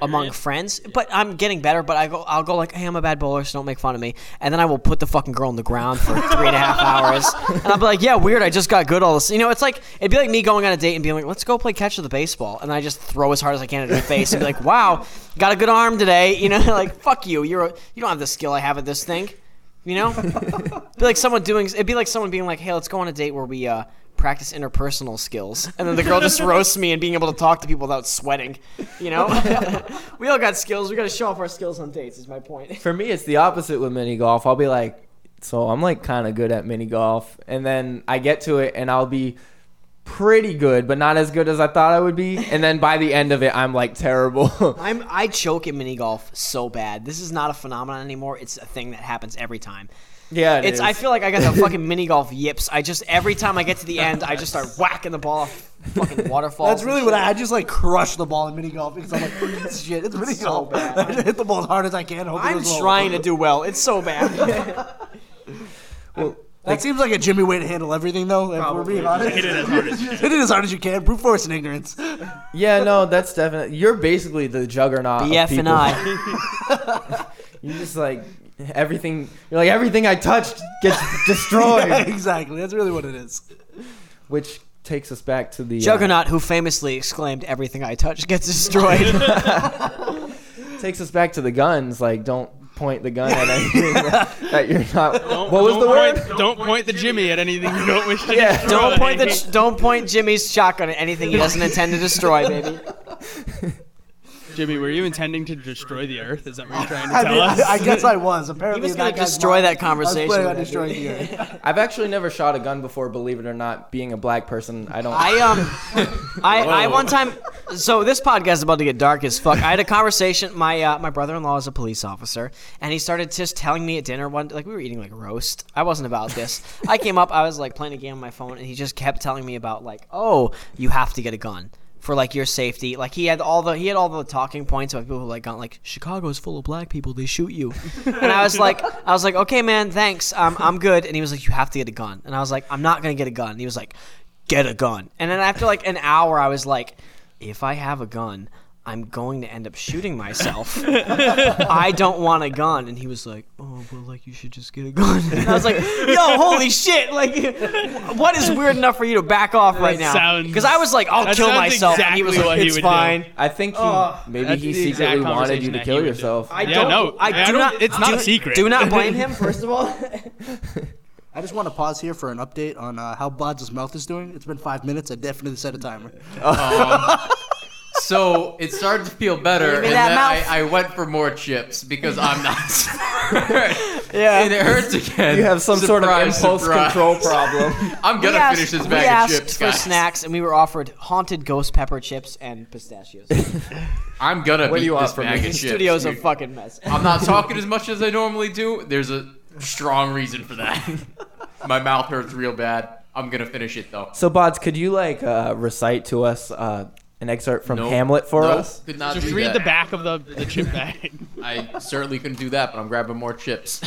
Speaker 2: among friends, but I'm getting better. But I go I'll go like, hey, I'm a bad bowler, so don't make fun of me. And then I will put the fucking girl on the ground for three and a half hours, and I'll be like, yeah, weird. I just got good all this. You know, it's like it'd be like me going on a date and being like, let's go play catch with the baseball, and I just throw as hard as I can at her face and be like, wow, got a good arm today. You know, like fuck you. You're a, you don't have the skill I have at this thing. You know, be like someone doing. It'd be like someone being like, "Hey, let's go on a date where we uh practice interpersonal skills. And then the girl just roasts me and being able to talk to people without sweating. You know? we all got skills. We got to show off our skills on dates, is my point.
Speaker 1: For me, it's the opposite with mini golf. I'll be like, so I'm like kind of good at mini golf, and then I get to it and I'll be pretty good, but not as good as I thought I would be. And then by the end of it, I'm like terrible.
Speaker 2: I'm, I choke at mini golf so bad. This is not a phenomenon anymore. It's a thing that happens every time.
Speaker 1: yeah, it
Speaker 2: It's.
Speaker 1: is.
Speaker 2: I feel like I got the fucking mini golf yips. I just every time I get to the end, I just start whacking the ball off fucking waterfalls.
Speaker 4: That's
Speaker 2: and
Speaker 4: really
Speaker 2: shit.
Speaker 4: what I, I just like crush the ball in mini golf because I'm like, "This shit, it's mini golf.
Speaker 2: bad.
Speaker 4: I just hit the ball as hard as I can. hope it
Speaker 2: I'm
Speaker 4: goes low.
Speaker 2: trying to do well. It's so bad.
Speaker 4: That seems like a Jimmy way to handle everything, though. If we're being honest, hit it as hard as you can. hit it as hard as you can. Brute force and ignorance.
Speaker 1: yeah, no, that's definitely. You're basically the juggernaut. of
Speaker 2: BF
Speaker 1: people.
Speaker 2: and I.
Speaker 1: You just like everything. You're like everything I touched gets destroyed.
Speaker 4: exactly. That's really what it is.
Speaker 1: Which takes us back to the uh,
Speaker 2: Juggernaut, who famously exclaimed, "Everything I touch gets destroyed."
Speaker 1: takes us back to the guns. Like, don't point the gun at anything that you're not. what was
Speaker 5: Don't
Speaker 1: the
Speaker 5: point-
Speaker 1: word?
Speaker 5: Don't point the Jimmy at anything you don't wish to
Speaker 1: Yeah.
Speaker 5: destroy.
Speaker 2: Don't point the don't point Jimmy's shotgun at anything he doesn't intend to destroy, baby.
Speaker 5: Jimmy, were you intending to destroy the earth? Is that what you're trying to
Speaker 4: I,
Speaker 5: tell
Speaker 4: mean,
Speaker 5: us?
Speaker 4: I, I guess I was. Apparently,
Speaker 2: He was
Speaker 4: in
Speaker 2: gonna
Speaker 4: that guy's
Speaker 2: destroy
Speaker 4: mind,
Speaker 2: that conversation.
Speaker 4: I was planning
Speaker 2: with
Speaker 4: on
Speaker 2: that dude.
Speaker 4: destroying the earth.
Speaker 1: I've actually never shot a gun before, believe it or not. Being a black person, I don't.
Speaker 2: I um, I, I
Speaker 3: Whoa.
Speaker 2: one time. So this podcast is about to get dark as fuck. I had a conversation. My uh, my brother in law is a police officer, and he started just telling me at dinner one like we were eating like roast. I wasn't about this. I came up. I was like playing a game on my phone, and he just kept telling me about like, oh, you have to get a gun. For like your safety, like he had all the he had all the talking points about people who like gone like Chicago is full of black people, they shoot you, and I was like I was like okay man thanks um, I'm good, and he was like you have to get a gun, and I was like I'm not gonna get a gun, and he was like get a gun. And then after like an hour, I was like, if I have a gun, I'm going to end up shooting myself. I don't want a gun. And he was like, oh, well, like, you should just get a gun. And I was like, yo, holy shit. Like, what is weird enough for you to back off right now?
Speaker 5: That sounds-
Speaker 2: Because I was like, I'll
Speaker 5: that
Speaker 2: kill
Speaker 5: sounds
Speaker 2: myself. and he was
Speaker 5: exactly
Speaker 2: like,
Speaker 5: what he
Speaker 2: it's
Speaker 5: would do.
Speaker 2: fine.
Speaker 1: I think he, maybe
Speaker 5: oh, that's
Speaker 1: he
Speaker 5: the exact
Speaker 1: secretly wanted you
Speaker 5: conversation
Speaker 1: to
Speaker 5: that
Speaker 1: kill
Speaker 5: he would do.
Speaker 1: yourself.
Speaker 5: yeah, no,
Speaker 2: I do
Speaker 5: don't-
Speaker 2: not.
Speaker 5: It's not
Speaker 2: do,
Speaker 5: a secret.
Speaker 2: Do not blame him, first of all.
Speaker 4: I just want to pause here for an update on uh, how Blodge's mouth is doing. It's been five minutes. I definitely set a timer.
Speaker 3: Um, So it started to feel better,
Speaker 2: Give
Speaker 3: and
Speaker 2: me that
Speaker 3: then I,
Speaker 2: mouth.
Speaker 3: I went for more chips because I'm not.
Speaker 2: Yeah.
Speaker 3: and it hurts again.
Speaker 1: You have some sort of
Speaker 3: Surprise,
Speaker 1: impulse
Speaker 3: surprise.
Speaker 1: control problem.
Speaker 3: I'm gonna
Speaker 2: We asked-
Speaker 3: finish this
Speaker 2: we
Speaker 3: bag
Speaker 2: asked
Speaker 3: of chips,
Speaker 2: for
Speaker 3: guys.
Speaker 2: snacks, and we were offered haunted ghost pepper chips and pistachios.
Speaker 3: I'm gonna
Speaker 1: What do
Speaker 3: beat
Speaker 1: you want
Speaker 3: this
Speaker 1: from
Speaker 3: bag
Speaker 1: me?
Speaker 3: of
Speaker 2: The
Speaker 3: chips.
Speaker 2: studio's a
Speaker 3: dude.
Speaker 2: fucking mess.
Speaker 3: I'm not talking as much as I normally do. There's a strong reason for that. My mouth hurts real bad. I'm gonna finish it though.
Speaker 1: So, Bods, could you like uh, recite to us uh, an excerpt from
Speaker 3: Nope.
Speaker 1: Hamlet for
Speaker 3: Nope.
Speaker 1: us?
Speaker 3: Could not
Speaker 5: Just
Speaker 3: do
Speaker 5: read
Speaker 3: that.
Speaker 5: the back of the, the chip bag.
Speaker 3: I certainly couldn't do that, but I'm grabbing more chips.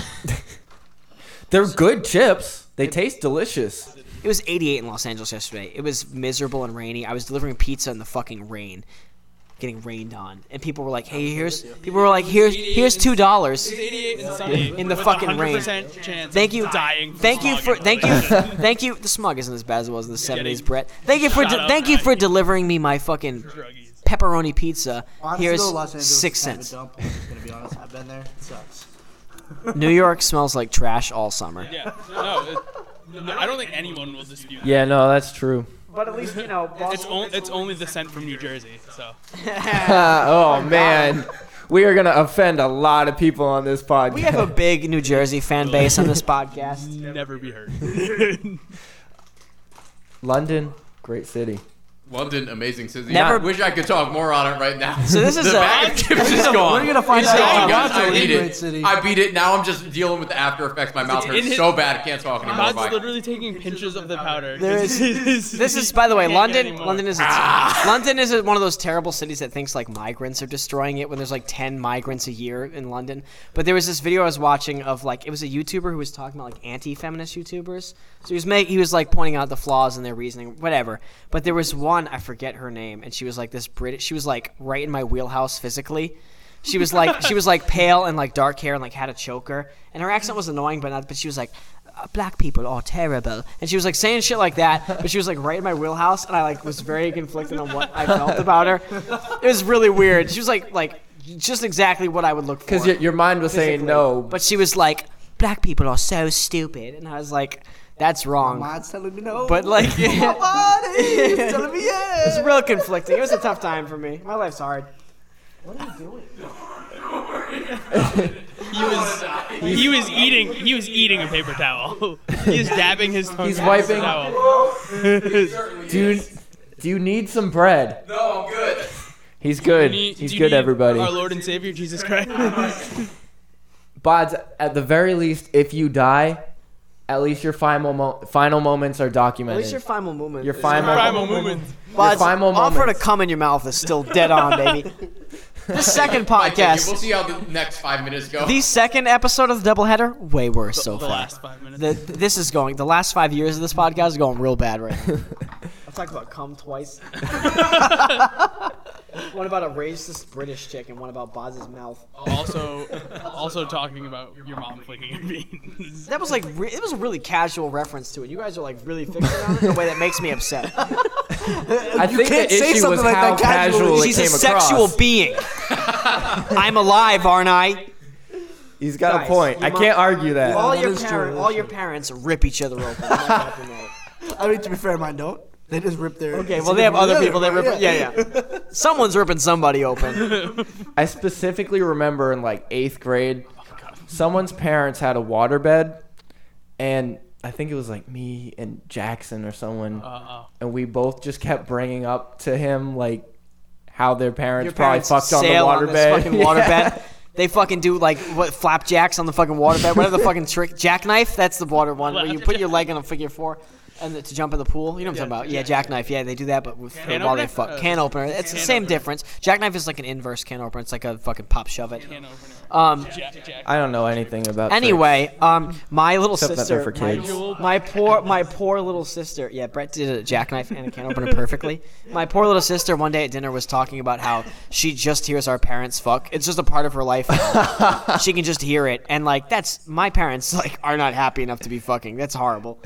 Speaker 1: They're good chips. They taste delicious.
Speaker 2: It was 88 in Los Angeles yesterday. It was miserable and rainy. I was delivering pizza in the fucking rain, getting rained on, and people were like, "Hey, here's." People were like, "Here's here's two dollars."
Speaker 5: in
Speaker 2: the fucking rain. Thank you,
Speaker 5: Dying. from
Speaker 2: Thank you
Speaker 5: smog
Speaker 2: for
Speaker 5: and
Speaker 2: thank you
Speaker 5: malaria.
Speaker 2: thank you. The smog isn't as bad as it was in the 70s, Brett. Thank you for
Speaker 5: Shut
Speaker 2: de-
Speaker 5: up,
Speaker 2: thank you
Speaker 5: Brad.
Speaker 2: for delivering me my fucking
Speaker 5: Druggies.
Speaker 2: pepperoni pizza.
Speaker 4: Honestly,
Speaker 2: Here's
Speaker 4: though, Los Angeles
Speaker 2: six
Speaker 4: is kind of a
Speaker 2: cents.
Speaker 4: dump. I'm just gonna be honest. I've been there. It sucks.
Speaker 2: New York smells like trash all summer.
Speaker 5: Yeah. No, it, no, I don't think anyone will dispute.
Speaker 1: Yeah, no, that's true.
Speaker 2: But at least you know.
Speaker 5: that. It's only it's only the scent from New Jersey. So
Speaker 1: oh man, we are gonna offend a lot of people on this podcast.
Speaker 2: We have a big New Jersey fan base on this podcast.
Speaker 5: never be heard.
Speaker 1: London, great city.
Speaker 3: London, amazing city.
Speaker 2: Never-
Speaker 3: I wish I could talk more on it right now.
Speaker 2: So this is
Speaker 3: the
Speaker 2: a-
Speaker 3: bag of chips is
Speaker 4: gonna-
Speaker 3: gone.
Speaker 4: when are you gonna find
Speaker 3: It's
Speaker 4: out
Speaker 3: gone,
Speaker 4: how
Speaker 3: guys.
Speaker 4: God's
Speaker 3: I
Speaker 4: a
Speaker 3: beat
Speaker 4: great
Speaker 3: it.
Speaker 4: city?
Speaker 3: I beat it. Now I'm just dealing with the after effects. My mouth
Speaker 5: In
Speaker 3: hurts
Speaker 5: his-
Speaker 3: so bad I can't talk anymore.
Speaker 5: God's
Speaker 3: Bye.
Speaker 5: literally taking pinches of the powder.
Speaker 2: There is- This is, by the way, London. London is a London is one of those terrible cities that thinks like migrants are destroying it when there's like ten migrants a year in London. But there was this video I was watching of like it was a YouTuber who was talking about like anti-feminist YouTubers. So he was make, he was like pointing out the flaws in their reasoning, whatever. But there was one I forget her name, and she was like this British. She was like right in my wheelhouse physically. She was like she was like pale and like dark hair and like had a choker, and her accent was annoying, but not. But she was like. "Uh, Black people are terrible, and she was like saying shit like that, but she was like right in my wheelhouse, and I like was very conflicted on what I felt about her. It was really weird. She was like like just exactly what I would look for.
Speaker 1: Because your, your mind was saying
Speaker 2: Basically.
Speaker 1: no,
Speaker 2: But she was like, black people are so stupid. And I was like, That's wrong.
Speaker 4: Mine's telling me no.
Speaker 2: But like,
Speaker 4: my
Speaker 2: it's
Speaker 4: body's telling me yes.
Speaker 2: real conflicting. It was a tough time for me. My life's hard.
Speaker 5: He was he was eating he was eating a paper towel. he is dabbing his tongue.
Speaker 1: He's
Speaker 5: on his
Speaker 1: wiping.
Speaker 5: Towel.
Speaker 3: Certainly
Speaker 1: Do you,
Speaker 3: is.
Speaker 1: do you need some bread?
Speaker 3: No, I'm good.
Speaker 1: He's good.
Speaker 5: Do you need-
Speaker 1: He's
Speaker 5: do you
Speaker 1: good,
Speaker 5: need
Speaker 1: everybody.
Speaker 5: Our Lord and Savior Jesus Christ.
Speaker 1: Bods, at the very least, if you die, at least your final mo- final moments are
Speaker 2: At
Speaker 1: documented.
Speaker 2: least your final movement.
Speaker 1: Your final,
Speaker 5: Primal movement.
Speaker 2: Bods,
Speaker 1: final
Speaker 2: offer to
Speaker 1: moments.
Speaker 2: come in your mouth is still dead on, baby. The second
Speaker 3: I take you. We'll
Speaker 2: podcast,
Speaker 3: see how the next five minutes go.
Speaker 2: the second episode of the doubleheader, way worse so
Speaker 5: The
Speaker 2: far.
Speaker 5: last five minutes.
Speaker 2: The, this is going. The last five years of this podcast is going real bad right now. I've talked about cum twice. one about a racist British chick, and one about Boz's mouth.
Speaker 5: also, also talking about your mom flicking your beans.
Speaker 2: That was like re- it was a really casual reference to it. You guys are like really fixated on it in a way that makes me upset.
Speaker 1: I think
Speaker 4: can't
Speaker 1: the
Speaker 4: say
Speaker 1: issue was
Speaker 4: something like
Speaker 1: how
Speaker 4: that casually.
Speaker 1: casual it
Speaker 2: She's a
Speaker 1: came
Speaker 2: sexual
Speaker 1: across.
Speaker 2: being. I'm alive, aren't I?
Speaker 1: He's got a
Speaker 2: Guys,
Speaker 1: point.
Speaker 2: you
Speaker 1: I can't argue that.
Speaker 2: all
Speaker 4: that
Speaker 2: your
Speaker 4: is true,
Speaker 2: parent,
Speaker 4: that
Speaker 2: all
Speaker 4: is
Speaker 2: your parents rip each other open. That's happening.
Speaker 4: I mean, to be fair, mine don't. They just rip their.
Speaker 2: okay, well they have other people that rip.
Speaker 4: Yeah,
Speaker 2: Yeah, yeah. Someone's ripping somebody open.
Speaker 1: I specifically remember in like eighth grade, someone's parents had a waterbed, and I think it was like me and Jackson or someone,
Speaker 5: Uh-oh.
Speaker 1: and we both just kept bringing up to him like how their parents,
Speaker 2: Your
Speaker 1: probably
Speaker 2: parents
Speaker 1: fucked on the
Speaker 2: sail on this
Speaker 1: waterbed.
Speaker 2: fucking waterbed. They fucking do like what flapjacks on the fucking waterbed. Whatever the fucking trick, jackknife. That's the water one where you put your leg on a figure four. And to jump in the pool, you know what I'm talking about? Yeah, jackknife. Yeah, they do that, but with,
Speaker 5: Can
Speaker 2: while they
Speaker 5: opener?
Speaker 2: fuck,
Speaker 5: Uh,
Speaker 2: can opener. It's the
Speaker 5: can
Speaker 2: same
Speaker 5: opener.
Speaker 2: difference. Jackknife is like an inverse can opener. It's like a fucking pop shove it.
Speaker 5: Can't open it.
Speaker 2: Um,
Speaker 5: Jack, Jack.
Speaker 1: I don't know anything about.
Speaker 2: Anyway, um, my little
Speaker 1: Except that they're
Speaker 2: sister,
Speaker 1: for
Speaker 2: my-
Speaker 1: kids.
Speaker 2: My, poor, my poor little sister. Yeah, Brett did a jackknife and a can opener perfectly. My poor little sister one day at dinner was talking about how she just hears our parents fuck. It's just a part of her life. she can just hear it, and like that's my parents like are not happy enough to be fucking. That's horrible.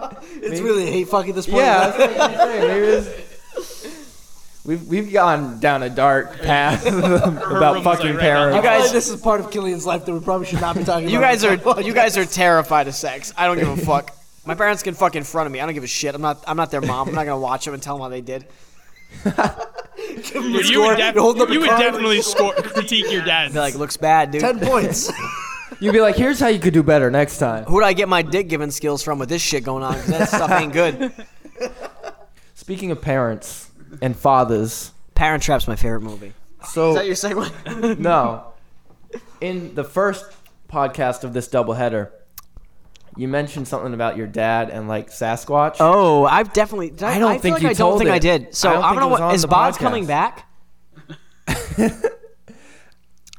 Speaker 4: It's really a hate fuck at this point.
Speaker 1: Yeah, that's what I'm saying. Maybe it's- we've we've gone down a dark path about fucking
Speaker 5: room's like right
Speaker 1: parents.
Speaker 2: You
Speaker 4: you guys,
Speaker 2: guys-
Speaker 4: this is part of Killian's life that we probably should not be talking
Speaker 2: You
Speaker 4: about.
Speaker 2: guys are you guys are terrified of sex. I don't give a fuck. My parents can fuck in front of me. I don't give a shit. I'm not I'm not their mom. I'm not gonna watch them and tell them how they did.
Speaker 5: Dude, you
Speaker 4: score.
Speaker 5: would,
Speaker 4: You're holding up
Speaker 5: def- you
Speaker 4: a
Speaker 5: would
Speaker 4: card.
Speaker 5: definitely score, critique your dad.
Speaker 2: They're like looks bad, dude.
Speaker 4: ten points.
Speaker 1: You'd be like, here's how you could do better next time.
Speaker 2: Who do I get my dick giving skills from with this shit going on? 'Cause that stuff ain't good.
Speaker 1: Speaking of parents and fathers,
Speaker 2: Parent Trap's my favorite movie.
Speaker 1: so
Speaker 2: segue?
Speaker 1: no, in the first podcast of this doubleheader, you mentioned something about your dad and like Sasquatch.
Speaker 2: Oh, I've definitely. did I,
Speaker 1: I don't
Speaker 2: I feel
Speaker 1: think
Speaker 2: like
Speaker 1: you
Speaker 2: I
Speaker 1: told
Speaker 2: don't think I
Speaker 1: it.
Speaker 2: did. So
Speaker 1: I
Speaker 2: I
Speaker 1: don't
Speaker 2: don't,
Speaker 1: think
Speaker 2: know
Speaker 1: it was on
Speaker 2: what is
Speaker 1: the
Speaker 2: Boz
Speaker 1: podcast.
Speaker 2: coming back.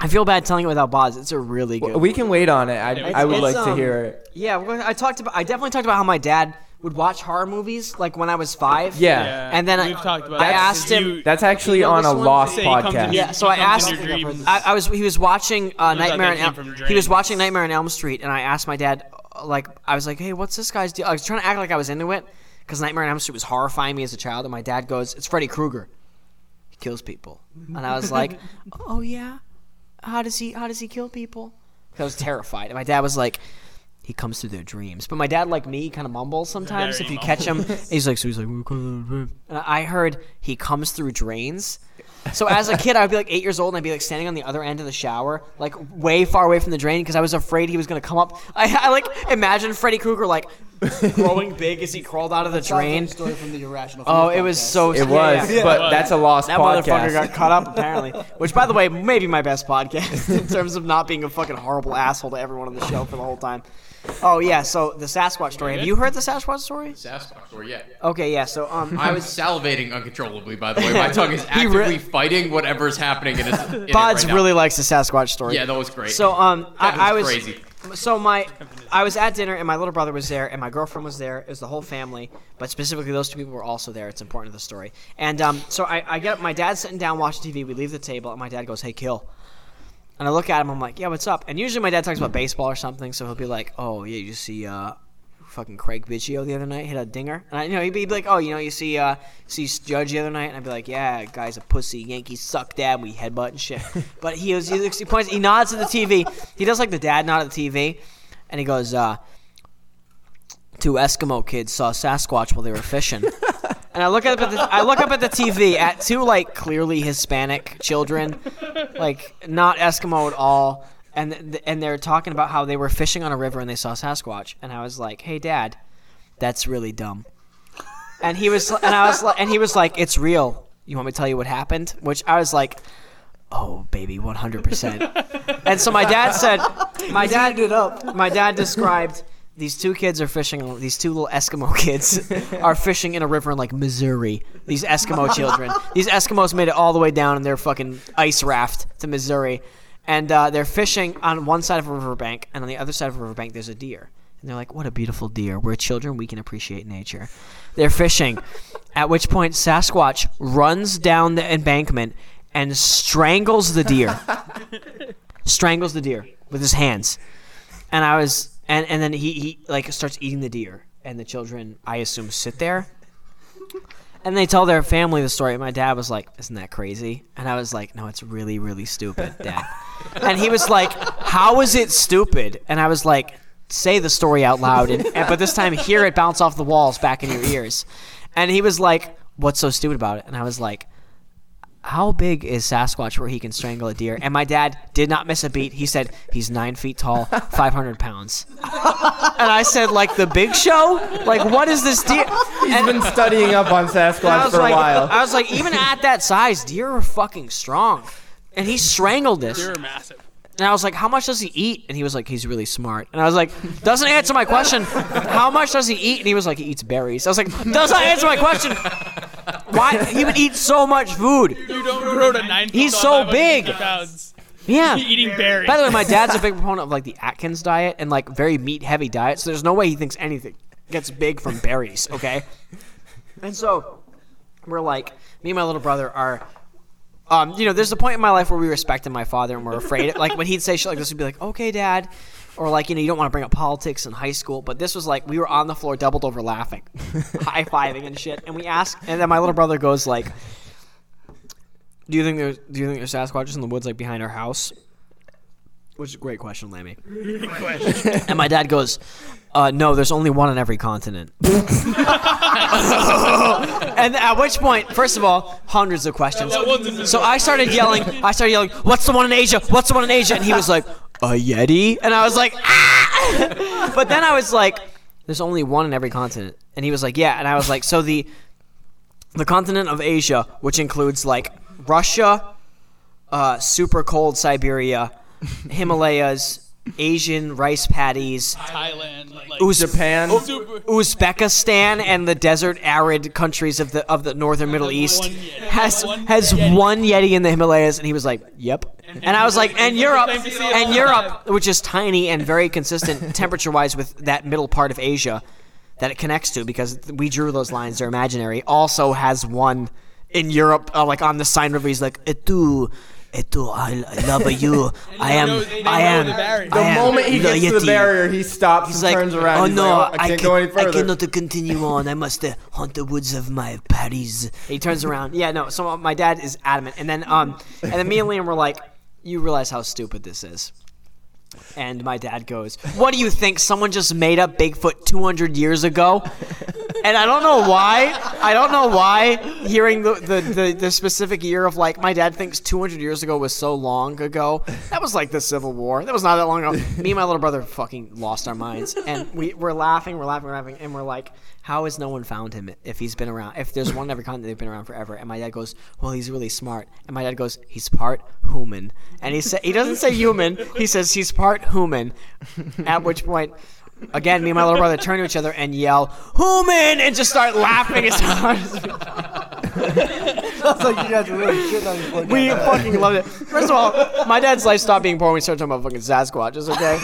Speaker 2: I feel bad telling it without Boz. It's a really good.
Speaker 1: we can wait on it. I, I would
Speaker 2: It's,
Speaker 1: like to
Speaker 2: um,
Speaker 1: hear it.
Speaker 2: yeah, well, I talked about. I definitely talked about how my dad would watch horror movies like when I was five.
Speaker 1: Yeah,
Speaker 5: Yeah,
Speaker 2: And then I-
Speaker 5: we've talked about
Speaker 2: I
Speaker 5: that
Speaker 2: asked
Speaker 5: since
Speaker 2: him-
Speaker 5: you-
Speaker 1: that's actually
Speaker 2: You know
Speaker 1: on a
Speaker 2: this one?
Speaker 1: lost
Speaker 5: Say he comes in
Speaker 1: podcast.
Speaker 5: here.
Speaker 2: Yeah, so I
Speaker 5: He comes
Speaker 2: asked.
Speaker 5: in your dreams.
Speaker 2: I, I was. He was watching uh,
Speaker 5: that
Speaker 2: Nightmare.
Speaker 5: came
Speaker 2: on
Speaker 5: from
Speaker 2: Elm. He was
Speaker 5: dreams.
Speaker 2: watching Nightmare on Elm Street, and I asked my dad. uh, Like, I was like, "Hey, what's this guy's deal?" I was trying to act like I was into it because Nightmare on Elm Street was horrifying me as a child. And my dad goes, "It's Freddy Krueger. He kills people." And I was like, "Oh yeah, how does he? How does he kill people?" 'Cause I was terrified. And my dad was like. He comes through their dreams, but my dad, like me, kind of mumbles sometimes.
Speaker 5: Very
Speaker 2: If you catch him, he's like, so he's like, "We're coming through the dream." and I heard he comes through drains. So as a kid, I'd be like eight years old, and I'd be like standing on the other end of the shower, like way far away from the drain, because I was afraid he was gonna come up. I, I like imagine Freddy Krueger like growing big as he crawled out of the drain.
Speaker 4: Story from the irrational.
Speaker 2: Oh,
Speaker 4: Fear
Speaker 2: it was
Speaker 4: podcast.
Speaker 2: so.
Speaker 1: It
Speaker 2: yeah,
Speaker 1: was,
Speaker 2: yeah.
Speaker 1: but
Speaker 5: was.
Speaker 1: that's a lost
Speaker 2: That
Speaker 1: podcast.
Speaker 2: motherfucker got caught up apparently. Which, by the way, may be my best podcast in terms of not being a fucking horrible asshole to everyone on the show for the whole time. Oh yeah, so the Sasquatch story. Have you heard the Sasquatch story?
Speaker 3: Sasquatch or yeah.
Speaker 2: Okay, yeah. So um,
Speaker 3: I was salivating uncontrollably, by the way. My tongue is
Speaker 2: He
Speaker 3: actively
Speaker 2: re-
Speaker 3: fighting whatever's happening in, his, in it
Speaker 2: Bod's
Speaker 3: right now.
Speaker 2: really likes the Sasquatch story.
Speaker 3: Yeah, that was great.
Speaker 2: So um,
Speaker 3: That
Speaker 2: I, I was
Speaker 3: was crazy.
Speaker 2: So my, I was at dinner and my little brother was there and my girlfriend was there. It was the whole family, but specifically those two people were also there. It's important to the story. And um, so I, I get up, my dad's sitting down watching TV. We leave the table and my dad goes, "Hey, kill." And I look at him. I'm like, "Yeah, what's up?" And usually my dad talks about baseball or something, so he'll be like, "Oh yeah, you see." Uh, Fucking Craig Biggio the other night hit a dinger, and I, you know he'd be like, "Oh, you know, you see, uh, see Judge the other night," and I'd be like, "Yeah, guy's a pussy. Yankees suck, dad. We headbutt and shit." But he was, he, looks, he points, he nods at the TV. He does like the dad nod at the TV, and he goes, uh, Two Eskimo kids saw Sasquatch while they were fishing. And I look up at the I look up at the TV at two like clearly Hispanic children, like not Eskimo at all, and th- and they're talking about how they were fishing on a river and they saw Sasquatch, and I was like, "Hey, Dad, that's really dumb." And he was and I was like, and he was like, "It's real." You want me to tell you what happened? Which I was like, "Oh, baby, one hundred percent." And so my dad said, "My dad
Speaker 4: Add it up.
Speaker 2: my dad described these two kids are fishing. These two little Eskimo kids are fishing in a river in like Missouri. These Eskimo children. These Eskimos made it all the way down in their fucking ice raft to Missouri, and uh, they're fishing on one side of a riverbank, and on the other side of a riverbank there's a deer. And they're like, "What a beautiful deer! We're children. We can appreciate nature." They're fishing, at which point Sasquatch runs down the embankment and strangles the deer. strangles the deer with his hands and I was and and then he he like starts eating the deer, and the children I assume sit there, and they tell their family the story. And my dad was like, "Isn't that crazy?" And I was like, "No, it's really really stupid, Dad." and he was like, "How is it stupid?" And I was like, "Say the story out loud, and, and but this time hear it bounce off the walls back in your ears." And he was like, "What's so stupid about it?" And I was like how big is Sasquatch where he can strangle a deer? And my dad did not miss a beat. He said he's nine feet tall, five hundred pounds. And I said, like the Big Show, like what is this deer?
Speaker 1: He's been studying up on
Speaker 2: I
Speaker 1: Sasquatch
Speaker 2: was
Speaker 1: for
Speaker 2: like, uh,
Speaker 1: a while.
Speaker 2: I was like, even at that size, deer are fucking strong. And he strangled this.
Speaker 5: You're massive.
Speaker 2: And I was like, how much does he eat? And he was like, he's really smart. And I was like, doesn't answer my question. How much does he eat? And he was like, he eats berries. I was like, does not answer my question. Why he would eat so much food?
Speaker 5: You don't wrote a nine.
Speaker 2: He's
Speaker 5: foot
Speaker 2: so
Speaker 5: tall, 550
Speaker 2: big.
Speaker 5: Pounds.
Speaker 2: Yeah.
Speaker 5: He's eating berries.
Speaker 2: By the way, my dad's a big proponent of like the Atkins diet and like very meat heavy diet, so there's no way he thinks anything gets big from berries, okay? And so we're like, me and my little brother are um, you know, there's a point in my life where we respected my father and we're afraid. Like when he'd say shit like this, we'd be like, "Okay, dad," or like you know, you don't want to bring up politics in high school, but this was like we were on the floor, doubled over laughing, high fiving and shit. And we asked, and then my little brother goes like, "Do you think there's Do you think there's Sasquatches in the woods like behind our house?" Which is a great question, Lammy. and my dad goes, uh, "No, there's only one on every continent." and at which point, first of all, hundreds of questions.
Speaker 5: That wasn't-
Speaker 2: So I started yelling. I started yelling. What's the one in Asia? What's the one in Asia? And he was like, a yeti. And I was like, ah. but then I was like, there's only one in every continent. And he was like, yeah. And I was like, so the the continent of Asia, which includes like Russia, uh, super cold Siberia, Himalayas, Asian rice paddies,
Speaker 5: Thailand. Like,
Speaker 2: Uz-
Speaker 1: Japan.
Speaker 5: super-
Speaker 2: Uzbekistan and the desert arid countries of the of the northern Middle East
Speaker 5: one Yeti.
Speaker 2: has
Speaker 5: One
Speaker 2: has
Speaker 5: Yeti.
Speaker 2: one Yeti in the Himalayas, and he was like, "Yep," and I was like, "And Europe,
Speaker 5: claim to see it all
Speaker 2: and
Speaker 5: the
Speaker 2: Europe, which is tiny and very consistent temperature wise with that middle part of Asia that it connects to, because we drew those lines; they're imaginary. Also has one in Europe, uh, like on the sign river. He's like, "Etu." Etu, I, I love you. I am.
Speaker 5: knows-
Speaker 2: I
Speaker 5: they know
Speaker 2: am.
Speaker 5: the barrier.
Speaker 2: I
Speaker 5: The
Speaker 1: The
Speaker 2: am
Speaker 1: moment he
Speaker 2: the
Speaker 1: gets to the
Speaker 2: Yeti."
Speaker 1: barrier, he stops
Speaker 2: He's
Speaker 1: and
Speaker 2: like,
Speaker 1: turns around.
Speaker 2: oh
Speaker 1: He's
Speaker 2: no,
Speaker 1: like, "Oh, I, can't
Speaker 2: can-
Speaker 1: go any further.
Speaker 2: I cannot continue on. I must uh, hunt the woods of my Paris. He turns around. Yeah, no. So uh, my dad is adamant, and then um, and then me and Liam were like, you realize how stupid this is. And my dad goes, "What do you think? Someone just made up Bigfoot 200 years ago." And I don't know why. I don't know why. Hearing the, the, the, the specific year of like my dad thinks 200 years ago was so long ago. That was like the Civil War. That was not that long ago. Me and my little brother fucking lost our minds, and we we're laughing, we're laughing, we're laughing, and we're like, "How has no one found him if he's been around? If there's one in every continent, they've been around forever." And my dad goes, "Well, he's really smart." And my dad goes, "He's part human," and he said he doesn't say human. He says he's part human. At which point. Again, me and my little brother turn to each other and yell, "Human!" and just start laughing as hard as we
Speaker 4: That's like you guys are really shitting on your
Speaker 2: We
Speaker 4: podcast.
Speaker 2: fucking loved it. First of all, my dad's life stopped being poor when we started talking about fucking Sasquatches, okay?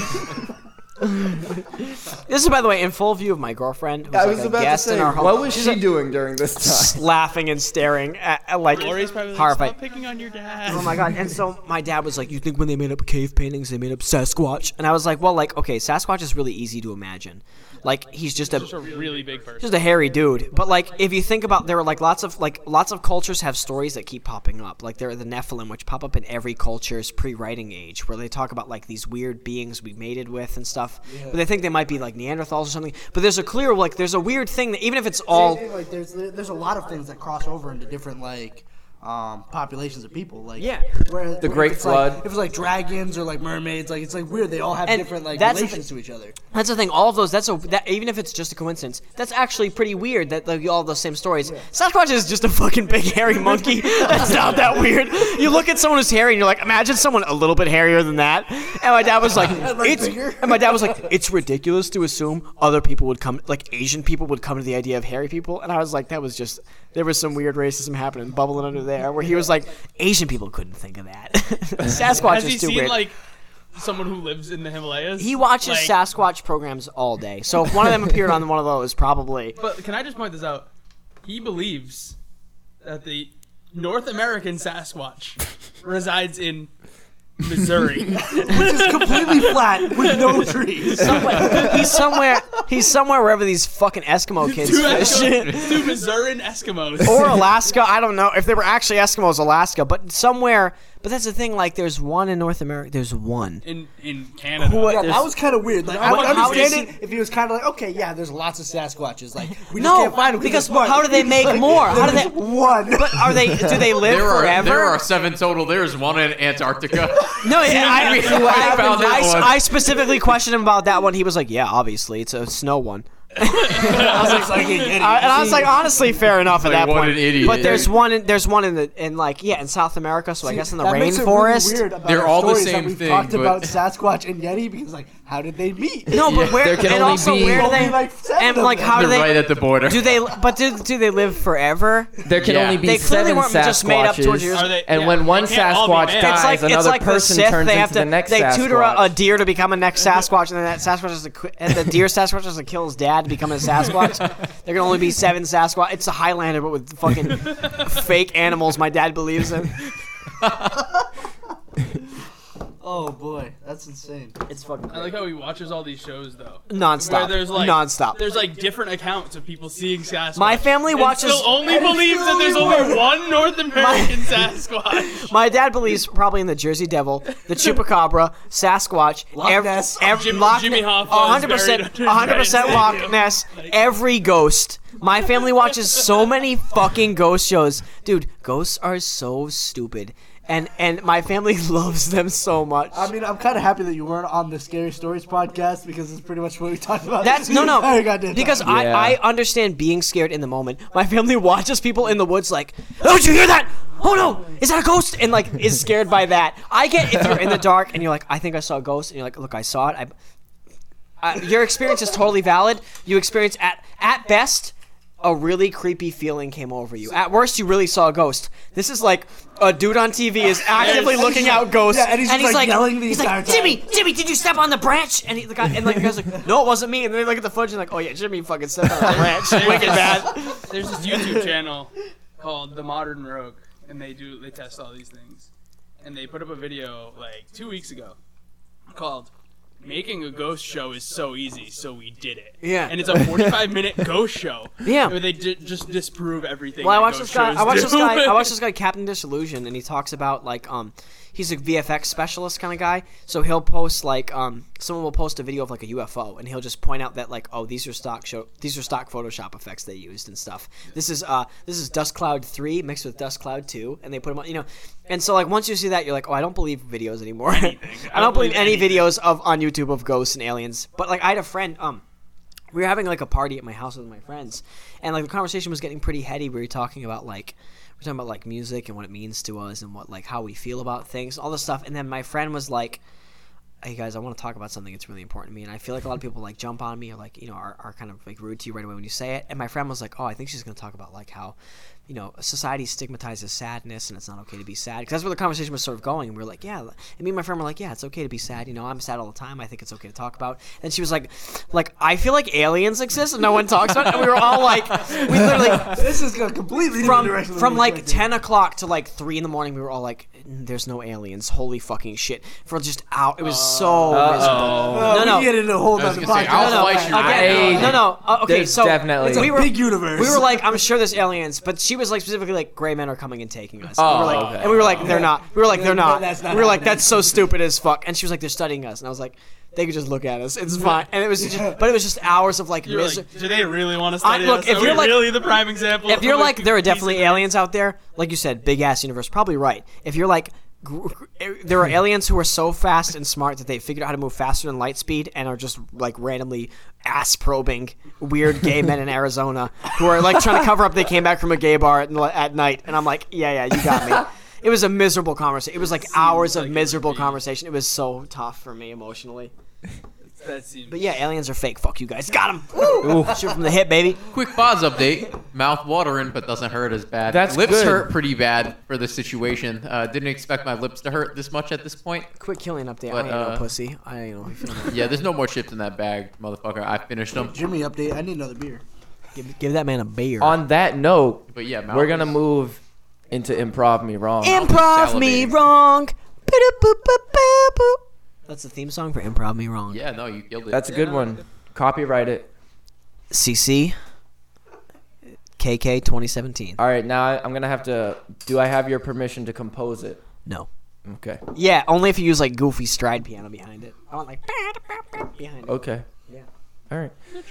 Speaker 2: this is, by the way, in full view of my girlfriend, who's
Speaker 1: I
Speaker 2: like
Speaker 1: was
Speaker 2: a
Speaker 1: about to
Speaker 2: guest
Speaker 1: say,
Speaker 2: in our home.
Speaker 1: what was
Speaker 2: She's
Speaker 1: she
Speaker 2: like,
Speaker 1: doing during this time?
Speaker 2: laughing and staring at, at, like
Speaker 5: Lori's probably like,
Speaker 2: horrified.
Speaker 5: stop picking on your dad.
Speaker 2: Oh my god! And so my dad was like, "You think when they made up cave paintings, they made up Sasquatch?" And I was like, "Well, like, okay, Sasquatch is really easy to imagine. Like he's just a
Speaker 5: Just a really big person.
Speaker 2: just a hairy dude. But like, if you think about, there were like lots of like lots of cultures have stories that keep popping up. Like there are the Nephilim, which pop up in every culture's pre-writing age, where they talk about like these weird beings we mated with and stuff. But they think they might be like Neanderthals or something. But there's a clear like there's a weird thing that even if it's all
Speaker 4: like there's there's a lot of things that cross over into different like um, populations of people. Like
Speaker 2: Yeah.
Speaker 4: where, the
Speaker 1: Great Flood.
Speaker 4: if it's like dragons or like mermaids, like it's like weird. They all have
Speaker 2: And
Speaker 4: different like
Speaker 2: that's the
Speaker 4: relations to each other.
Speaker 2: That's the thing. All of those. That's a that even if it's just a coincidence. That's actually pretty weird that like, all those same stories. Sasquatch is just a fucking big hairy monkey. That's not that weird. You look at someone who's hairy and you're like, imagine someone a little bit hairier than that. And my dad was like, it's.
Speaker 4: bigger.
Speaker 2: And my dad was like, it's ridiculous to assume other people would come, like Asian people would come to the idea of hairy people. And I was like, that was just there was some weird racism happening, bubbling under there, where he was like, Asian people couldn't think of that. Sasquatch
Speaker 5: Has
Speaker 2: is
Speaker 5: he
Speaker 2: too
Speaker 5: seen
Speaker 2: weird.
Speaker 5: like someone who lives in the Himalayas?
Speaker 2: He watches
Speaker 5: like,
Speaker 2: Sasquatch programs all day. So if one of them appeared on one of those, probably.
Speaker 5: But can I just point this out? He believes that the North American Sasquatch resides in Missouri.
Speaker 4: It's completely flat with no trees.
Speaker 2: he's somewhere. He's somewhere wherever these fucking Eskimo kids
Speaker 5: two, Eskimo,
Speaker 2: fish.
Speaker 5: two Missourian Eskimos.
Speaker 2: or Alaska. I don't know if they were actually Eskimos, Alaska, but somewhere. But that's the thing. Like, there's one in North America. There's one.
Speaker 5: in in Canada.
Speaker 4: Yeah, that was kind of weird. Like I would
Speaker 5: how is
Speaker 4: understand it if he was kind of like, okay, yeah, there's lots of Sasquatches. Like we just
Speaker 2: No,
Speaker 4: can't find them
Speaker 2: because
Speaker 4: there's one.
Speaker 2: how do they make
Speaker 4: Like,
Speaker 2: more? How do
Speaker 4: there's
Speaker 2: they-
Speaker 4: one?
Speaker 2: But are they? Do they live
Speaker 3: There are
Speaker 2: forever?
Speaker 3: there are seven total. There is one in Antarctica.
Speaker 2: No, yeah, I,
Speaker 3: We
Speaker 2: I,
Speaker 3: found
Speaker 2: I-
Speaker 3: it
Speaker 2: I-
Speaker 3: once.
Speaker 2: I specifically questioned him about that one. He was like, "Yeah, obviously, it's a snow one." I was like, I- and I was like, honestly, fair enough at
Speaker 3: Like,
Speaker 2: that
Speaker 3: what
Speaker 2: point.
Speaker 3: an idiot.
Speaker 2: But there's one, in, there's one in the, in like, yeah, in South America. So I guess in the
Speaker 4: That makes it really
Speaker 2: rainforest.
Speaker 4: weird about
Speaker 3: They're
Speaker 4: our
Speaker 3: all the
Speaker 4: stories that
Speaker 3: same
Speaker 4: we've
Speaker 3: thing,
Speaker 4: Talked
Speaker 3: but-
Speaker 4: about Sasquatch and Yeti because like, how did they meet?
Speaker 2: no, but
Speaker 3: Yeah.
Speaker 2: where?
Speaker 1: There can
Speaker 2: and
Speaker 1: only
Speaker 2: also,
Speaker 1: be-
Speaker 2: where do
Speaker 4: Only
Speaker 2: they?
Speaker 4: like seven
Speaker 2: and
Speaker 4: of
Speaker 2: like,
Speaker 4: them.
Speaker 2: how do
Speaker 3: They're
Speaker 2: they?
Speaker 3: right at the border.
Speaker 2: do they? But do, do they live forever?
Speaker 1: There can
Speaker 3: Yeah.
Speaker 1: only be
Speaker 2: They clearly
Speaker 1: seven
Speaker 2: weren't
Speaker 1: Sasquatches,
Speaker 2: just made up towards yours.
Speaker 5: Are they-
Speaker 1: and
Speaker 5: yeah,
Speaker 1: when one
Speaker 5: they can't all be
Speaker 1: Squatch
Speaker 5: mad.
Speaker 1: dies,
Speaker 2: It's like
Speaker 1: another
Speaker 2: it's like
Speaker 1: person
Speaker 2: the Sith.
Speaker 1: turns
Speaker 2: they have
Speaker 1: into
Speaker 2: to
Speaker 1: the next
Speaker 2: they
Speaker 1: Sasquatch.
Speaker 2: tutor a, a deer to become a next Sasquatch, and then that Sasquatch is the, qu- and the deer Sasquatch is to kill his dad to become a Sasquatch. there can only be seven Sasquatch. It's a Highlander, but with fucking fake animals. My dad believes in.
Speaker 4: Oh boy, that's insane.
Speaker 2: It's fucking
Speaker 5: I like how he watches all these shows though. Where
Speaker 2: nonstop.
Speaker 5: there's like
Speaker 2: nonstop.
Speaker 5: There's like different accounts of people seeing Sasquatch.
Speaker 2: My family
Speaker 5: and
Speaker 2: watches-
Speaker 5: Still only believes that there's only one North American Sasquatch.
Speaker 2: My dad believes probably in the Jersey Devil, the Chupacabra, Sasquatch,
Speaker 4: Loch
Speaker 2: ev-
Speaker 4: Ness.
Speaker 2: ev-
Speaker 5: Jim-
Speaker 2: Loch
Speaker 5: Jimmy
Speaker 2: Ness-
Speaker 5: Hoffa
Speaker 2: a hundred
Speaker 5: is
Speaker 2: percent,
Speaker 5: buried
Speaker 2: a
Speaker 5: under
Speaker 2: hundred percent
Speaker 5: Reddit.
Speaker 2: Loch Ness. Every ghost. My family watches so many fucking ghost shows, dude. Ghosts are so stupid, and and my family loves them so much.
Speaker 4: I mean, I'm kind of happy that you weren't on the Scary Stories podcast because it's pretty much what we talked about.
Speaker 2: That's no, no.
Speaker 4: Oh, goddamn time.
Speaker 2: Because
Speaker 1: Yeah.
Speaker 2: I, I understand being scared in the moment. My family watches people in the woods like, oh, did you hear that? Oh no, is that a ghost? And like is scared by that. I get if you're in the dark and you're like, I think I saw a ghost, and you're like, look, I saw it. I, I, your experience is totally valid. You experience at at best. A really creepy feeling came over you. At worst, you really saw a ghost. This is like a dude on TV is actively looking out ghosts,
Speaker 4: Yeah, and he's just, like, yelling the
Speaker 2: he's
Speaker 4: entire
Speaker 2: like,
Speaker 4: time.
Speaker 2: Jimmy, Jimmy, did you step on the branch? And he, the guy, and like the guy's like, no, it wasn't me. And then they look at the footage and like, oh yeah, Jimmy fucking stepped on the branch. Wicked bad.
Speaker 5: There's this YouTube channel called The Modern Rogue, and they do they test all these things, and they put up a video like two weeks ago called "Making a Ghost Show is So Easy, So We Did It."
Speaker 2: Yeah.
Speaker 5: and it's a 45 minute ghost show.
Speaker 2: Yeah.
Speaker 5: where they di- just disprove everything.
Speaker 2: Well, I
Speaker 5: that
Speaker 2: watched this
Speaker 5: ghost
Speaker 2: guy.
Speaker 5: shows
Speaker 2: I watched this
Speaker 5: do.
Speaker 2: guy. I watched this guy, Captain Disillusion, and he talks about like um, he's a VFX specialist kind of guy. So he'll post like um, someone will post a video of like a UFO, and he'll just point out that like oh these are stock show these are stock Photoshop effects they used and stuff. This is uh this is Dust Cloud three mixed with Dust Cloud two, and they put them on you know, and so like once you see that you're like oh I don't believe videos anymore. I don't believe any videos of on YouTube of ghosts and aliens. But like I had a friend um we were having like a party at my house with my friends, and like the conversation was getting pretty heady. We were talking about like we we're talking about like music and what it means to us and what like how we feel about things, all this stuff. And then my friend was like, "Hey guys, I want to talk about something that's really important to me." And I feel like a lot of people like jump on me or like you know are, are kind of like rude to you right away when you say it. And my friend was like, "Oh, I think she's going to talk about like how." You know, society stigmatizes sadness, and it's not okay to be sad. Because that's where the conversation was sort of going. And we were like, "Yeah," and me and my friend were like, "Yeah, it's okay to be sad." You know, I'm sad all the time. I think it's okay to talk about. And she was like, "Like, I feel like aliens exist, and no one talks about it." And we were all like, "We literally
Speaker 4: this is going completely different
Speaker 2: from
Speaker 4: direction than
Speaker 2: from
Speaker 4: we
Speaker 2: like
Speaker 4: expected.
Speaker 2: 10 o'clock to like 3 in the morning we were all like there's no aliens holy fucking shit for just out it was so miserable.
Speaker 4: Uh,
Speaker 2: No, no.
Speaker 4: We get into a whole
Speaker 3: I was
Speaker 4: nother
Speaker 3: gonna say,
Speaker 4: podcast.
Speaker 3: I'll
Speaker 2: no, no,
Speaker 3: slice your
Speaker 2: okay,
Speaker 1: eye out.
Speaker 2: no, no. uh, okay,
Speaker 1: There's
Speaker 2: so
Speaker 1: definitely- It's a
Speaker 2: we were
Speaker 4: Big universe.
Speaker 2: we were like, I'm sure there's aliens, but she was like specifically like, gray men are coming and taking us.
Speaker 1: Oh,
Speaker 2: we were like,
Speaker 1: okay.
Speaker 2: and we were like, they're not. We were like, they're
Speaker 4: No,
Speaker 2: not.
Speaker 4: that's not
Speaker 2: we were like,
Speaker 4: happening.
Speaker 2: that's so stupid as fuck. And she was like, they're studying us, and I was like, they could just look at us. It's fine. And it was, just, but it was just hours of like
Speaker 5: You're
Speaker 2: misery.
Speaker 5: like, do they really want to
Speaker 2: I-
Speaker 5: study
Speaker 2: look,
Speaker 5: us?
Speaker 2: if
Speaker 5: Are we
Speaker 2: you're like-
Speaker 5: really the prime example?
Speaker 2: if you're
Speaker 5: of a
Speaker 2: like there are
Speaker 5: piece of
Speaker 2: definitely aliens out there like you said big ass universe probably right if you're like gr- gr- er, there are aliens who are so fast and smart that they figured out how to move faster than light speed and are just like randomly ass probing weird gay men in Arizona who are like trying to cover up they came back from a gay bar at, n- at night and I'm like yeah yeah you got me it was a miserable conversation it was like hours
Speaker 5: like
Speaker 2: of
Speaker 5: it would
Speaker 2: miserable
Speaker 5: be.
Speaker 2: conversation it was so tough for me emotionally
Speaker 5: That seems.
Speaker 2: but yeah aliens are fake fuck you guys got them shoot from the hip baby
Speaker 3: Quick Boz update. Mouth watering, but doesn't hurt as bad.
Speaker 1: That's
Speaker 3: lips
Speaker 1: good.
Speaker 3: hurt pretty bad for the situation. Uh, didn't expect my lips to hurt this much at this point.
Speaker 2: quick killing update I
Speaker 3: But,
Speaker 2: ain't no
Speaker 3: uh,
Speaker 2: pussy I ain't no
Speaker 3: Yeah, there's no more chips in that bag, motherfucker. I finished them.
Speaker 4: Jimmy update. I need another beer.
Speaker 2: Give, give that man a beer.
Speaker 1: On that note,
Speaker 3: But yeah, mouth
Speaker 1: we're gonna
Speaker 3: is-
Speaker 1: move into improv me wrong.
Speaker 2: improv me
Speaker 3: Salivating.
Speaker 2: wrong. Ba-da-boop-boop-boop-boop. That's the theme song for Improv Me Wrong.
Speaker 3: Yeah, no, you killed it.
Speaker 1: That's a good one. Copyright it.
Speaker 2: CC KK 2017.
Speaker 1: All right, now I- I'm gonna have to. Do I have your permission to compose it?
Speaker 2: No.
Speaker 1: Okay.
Speaker 2: Yeah, only if you use like goofy stride piano behind it. Oh. I want like behind it.
Speaker 1: Okay.
Speaker 2: Yeah.
Speaker 1: All right.
Speaker 5: Like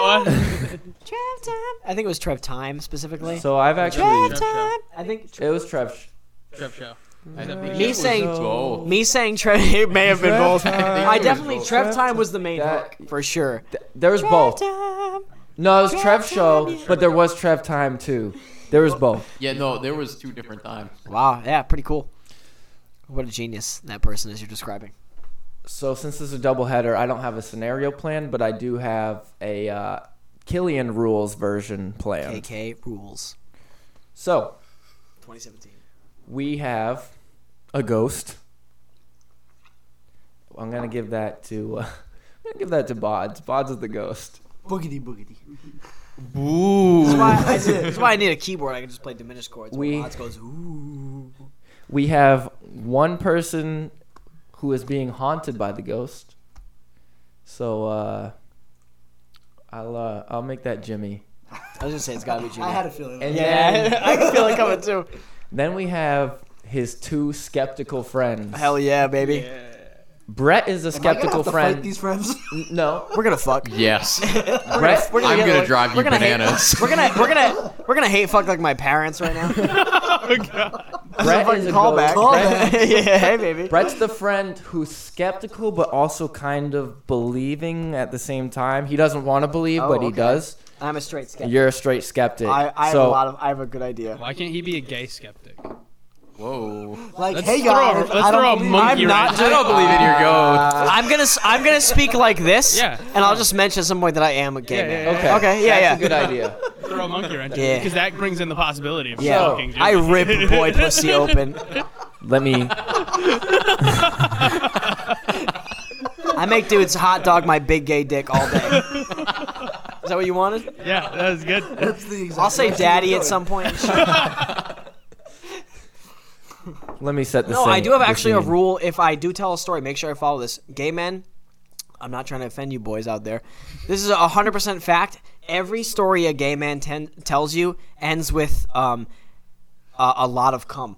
Speaker 5: one.
Speaker 2: Trev time. I think it was Trev time specifically.
Speaker 1: So I've actually.
Speaker 2: Trev time. I think
Speaker 1: It was Trev.
Speaker 5: Trap show.
Speaker 2: me saying
Speaker 3: So,
Speaker 2: me saying Trev it may have been both. I
Speaker 3: it was
Speaker 2: definitely
Speaker 3: both.
Speaker 2: Trev time was the main
Speaker 1: That-
Speaker 2: hook for sure.
Speaker 1: There was both.
Speaker 2: Time.
Speaker 1: No, it was Trev show, but there was Trev time too. There was both.
Speaker 3: yeah, no, there was two different times.
Speaker 2: Wow, yeah, pretty cool. What a genius that person is you're describing.
Speaker 1: So since this is a doubleheader, I don't have a scenario plan, but I do have a uh, Killian rules version plan.
Speaker 2: AK rules.
Speaker 1: So
Speaker 2: 2017.
Speaker 1: we have a ghost. I'm gonna give that to. Uh, I'm gonna give that to Bods. Bods is the ghost.
Speaker 4: Boogity boogity.
Speaker 2: That's why, I, that's why I need a keyboard. I can just play diminished chords.
Speaker 1: We-
Speaker 2: We, odds goes, ooh.
Speaker 1: We have one person who is being haunted by the ghost. So uh, I'll uh, I'll make that Jimmy.
Speaker 2: I was gonna say it's gotta be Jimmy.
Speaker 4: I had a feeling.
Speaker 1: And then,
Speaker 2: yeah, I can feel it coming too.
Speaker 1: then we have his two skeptical friends.
Speaker 2: Hell yeah, baby.
Speaker 1: Brett is a
Speaker 4: Am I gonna
Speaker 1: skeptical
Speaker 4: have to
Speaker 1: friend.
Speaker 4: Fight these friends.
Speaker 1: N- no,
Speaker 2: We're gonna fuck.
Speaker 3: Yes.
Speaker 1: Brett.
Speaker 2: We're
Speaker 3: I'm
Speaker 2: get,
Speaker 3: gonna
Speaker 2: like-
Speaker 3: drive you
Speaker 2: we're gonna hate-
Speaker 3: bananas.
Speaker 2: we're gonna we're gonna we're gonna hate fuck like my parents right now.
Speaker 5: Oh,
Speaker 1: Brett
Speaker 2: fucking
Speaker 1: is a
Speaker 2: callback.
Speaker 1: ghost. Brett-
Speaker 2: yeah, hey baby.
Speaker 1: Brett's the friend who's skeptical but also kind of believing at the same time. He doesn't want to believe,
Speaker 2: Oh,
Speaker 1: but he
Speaker 2: okay.
Speaker 1: does.
Speaker 2: I'm a straight skeptic.
Speaker 1: You're a straight skeptic.
Speaker 2: I, I have
Speaker 1: so
Speaker 2: a lot of I have a good idea.
Speaker 5: Why can't he be a gay skeptic?
Speaker 3: Whoa.
Speaker 4: Like,
Speaker 5: Let's
Speaker 4: hey
Speaker 5: throw a-
Speaker 4: guys,
Speaker 5: let's
Speaker 4: I
Speaker 5: throw a
Speaker 4: don't believe
Speaker 5: monkey
Speaker 4: I'm
Speaker 5: wrench.
Speaker 4: not.
Speaker 3: I don't believe in your ghost.
Speaker 2: I'm gonna s- I'm gonna speak like this,
Speaker 5: Yeah.
Speaker 2: and I'll just mention at some point that I am a gay
Speaker 5: Yeah, yeah,
Speaker 2: man.
Speaker 5: yeah,
Speaker 1: okay.
Speaker 2: Okay, yeah,
Speaker 1: That's
Speaker 2: yeah.
Speaker 1: a good idea.
Speaker 5: Throw a monkey wrench.
Speaker 2: Yeah.
Speaker 5: Because that brings in the possibility of
Speaker 2: Yeah.
Speaker 5: fucking.
Speaker 2: I rip boy pussy open.
Speaker 1: Let me.
Speaker 2: I make dudes hot dog my big gay dick all day. Is that what you wanted?
Speaker 5: Yeah, that was good.
Speaker 4: That's the exact
Speaker 2: I'll say
Speaker 4: direction
Speaker 2: daddy
Speaker 4: we're
Speaker 2: at
Speaker 4: going.
Speaker 2: some point.
Speaker 1: Let me set this.
Speaker 2: No, I
Speaker 1: thing-
Speaker 2: do have
Speaker 1: the
Speaker 2: actually a
Speaker 1: scene.
Speaker 2: rule. If I do tell a story, make sure I follow this. Gay men, I'm not trying to offend you boys out there. This is a 100% fact. Every story a gay man ten- tells you ends with um, a, a lot of cum.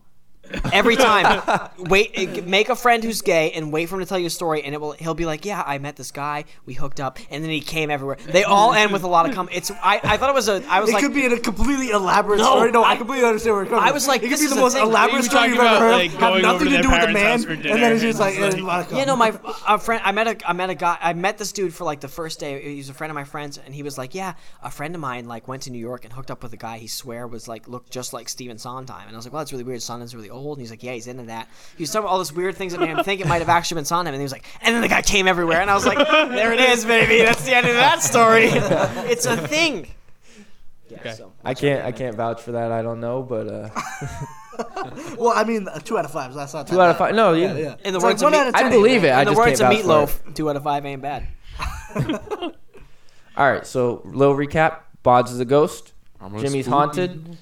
Speaker 2: Every time, wait. eh, Make a friend who's gay and wait for him to tell you a story, and it will. He'll be like, "Yeah, I met this guy. We hooked up, and then he came everywhere." They all end with a lot of cum. It's. I, I thought it was a. I was
Speaker 4: It
Speaker 2: like,
Speaker 4: could be in a completely elaborate story. No, I, completely understand where you're coming
Speaker 2: I
Speaker 4: from.
Speaker 2: was like,
Speaker 4: it could
Speaker 2: this
Speaker 4: be
Speaker 2: is
Speaker 4: the
Speaker 2: a
Speaker 4: most
Speaker 2: thing.
Speaker 4: elaborate
Speaker 5: We were
Speaker 4: story
Speaker 5: talking
Speaker 4: you've ever
Speaker 5: about,
Speaker 4: heard.
Speaker 5: like,
Speaker 4: have
Speaker 5: going over
Speaker 4: nothing
Speaker 5: to
Speaker 4: to
Speaker 5: their
Speaker 4: do with the
Speaker 5: parents'
Speaker 4: man,
Speaker 5: house for
Speaker 4: and
Speaker 5: dinner,
Speaker 4: then it's
Speaker 5: and
Speaker 4: just like, uh,
Speaker 5: it's
Speaker 4: it's
Speaker 5: like-
Speaker 4: like
Speaker 2: Yeah, no, my a friend. I met a I met a guy. I met this dude for like the first day. He was a friend of my friend's, and he was like, "Yeah, a friend of mine like went to New York and hooked up with a guy. He swear was like looked just like Steven Sondheim." And I was like, "Well, that's really weird. Sondheim's really old." And he's like, "Yeah, he's into that." He was talking about all this weird things that made him think it might have actually been Sondheim. And he was like, "And then the guy came everywhere." And I was like, "There it is, baby. That's the end of that story. it's a thing." Yeah,
Speaker 5: Okay.
Speaker 2: so.
Speaker 1: I can't. I can't vouch for that. I don't know, but uh,
Speaker 4: Well, I mean, uh, two out of five. That's not
Speaker 1: two out of five. No, you,
Speaker 4: Yeah, yeah.
Speaker 2: In the words
Speaker 4: It's like
Speaker 2: of
Speaker 4: one
Speaker 2: me-
Speaker 4: out of
Speaker 1: I
Speaker 4: ten.
Speaker 1: believe it. I
Speaker 2: In the
Speaker 1: just
Speaker 2: words of
Speaker 1: can't vouch for it.
Speaker 2: Meatloaf, two out of five ain't bad.
Speaker 1: All right, so little recap. Bod's is a ghost.
Speaker 3: Almost
Speaker 1: Jimmy's
Speaker 3: spooky.
Speaker 1: haunted.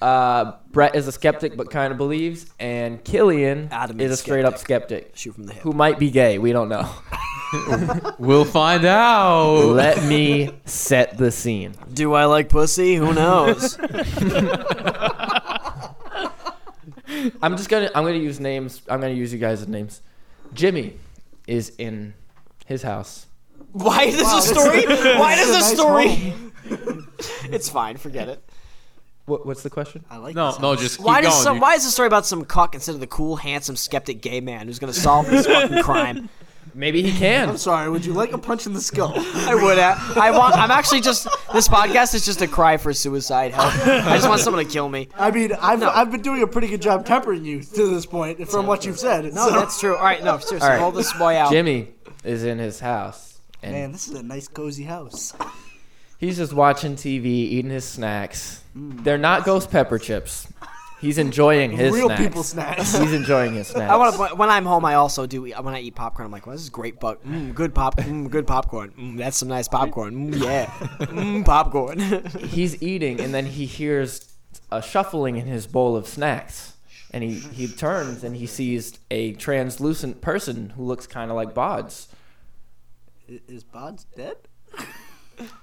Speaker 1: Uh, Brett is a skeptic but kind of believes, and Killian
Speaker 2: Adamant
Speaker 1: is a straight up skeptic
Speaker 2: Shoot from the hip.
Speaker 1: who might be gay. We don't know.
Speaker 3: We'll find out.
Speaker 1: Let me set the scene.
Speaker 2: Do I like pussy? Who knows?
Speaker 1: I'm just gonna I'm gonna use names. I'm gonna use you guys as names. Jimmy is in his house.
Speaker 2: Why is this a story? Why does this
Speaker 4: Nice
Speaker 2: story?
Speaker 4: home.
Speaker 2: It's fine. Forget it.
Speaker 1: What, what's the question?
Speaker 4: I like
Speaker 3: No,
Speaker 4: this.
Speaker 3: no, just keep
Speaker 2: Why
Speaker 3: going.
Speaker 2: does some,
Speaker 3: dude.
Speaker 2: why is the story about some cuck instead of the cool, handsome, skeptic gay man who's gonna solve this fucking crime?
Speaker 1: Maybe he can.
Speaker 4: I'm sorry. Would you like a punch in the skull?
Speaker 2: I would. uh, a- I want. I'm actually just. This podcast is just a cry for suicide help. I just want someone to kill me.
Speaker 4: I mean, I've I've been doing a pretty good job tempering you to this point from what you've said.
Speaker 2: No,
Speaker 4: so-
Speaker 2: that's true. All right, no, seriously,
Speaker 1: All right.
Speaker 2: roll this boy out.
Speaker 1: Jimmy is in his house and
Speaker 4: man, this is a nice cozy house.
Speaker 1: he's just watching TV, eating his snacks. They're not ghost pepper chips. He's enjoying his
Speaker 4: Real
Speaker 1: snacks.
Speaker 4: people snacks.
Speaker 1: He's enjoying his snacks.
Speaker 2: I want to. When I'm home, I also do. When I eat popcorn, I'm like, "Well, this is great, but mm, good pop, mm, good popcorn. Mm, that's some nice popcorn. Mm, yeah, mm, popcorn."
Speaker 1: he's eating and then he hears a shuffling in his bowl of snacks and he, he turns and he sees a translucent person who looks kind of like Bods.
Speaker 4: I- Is Bod's dead?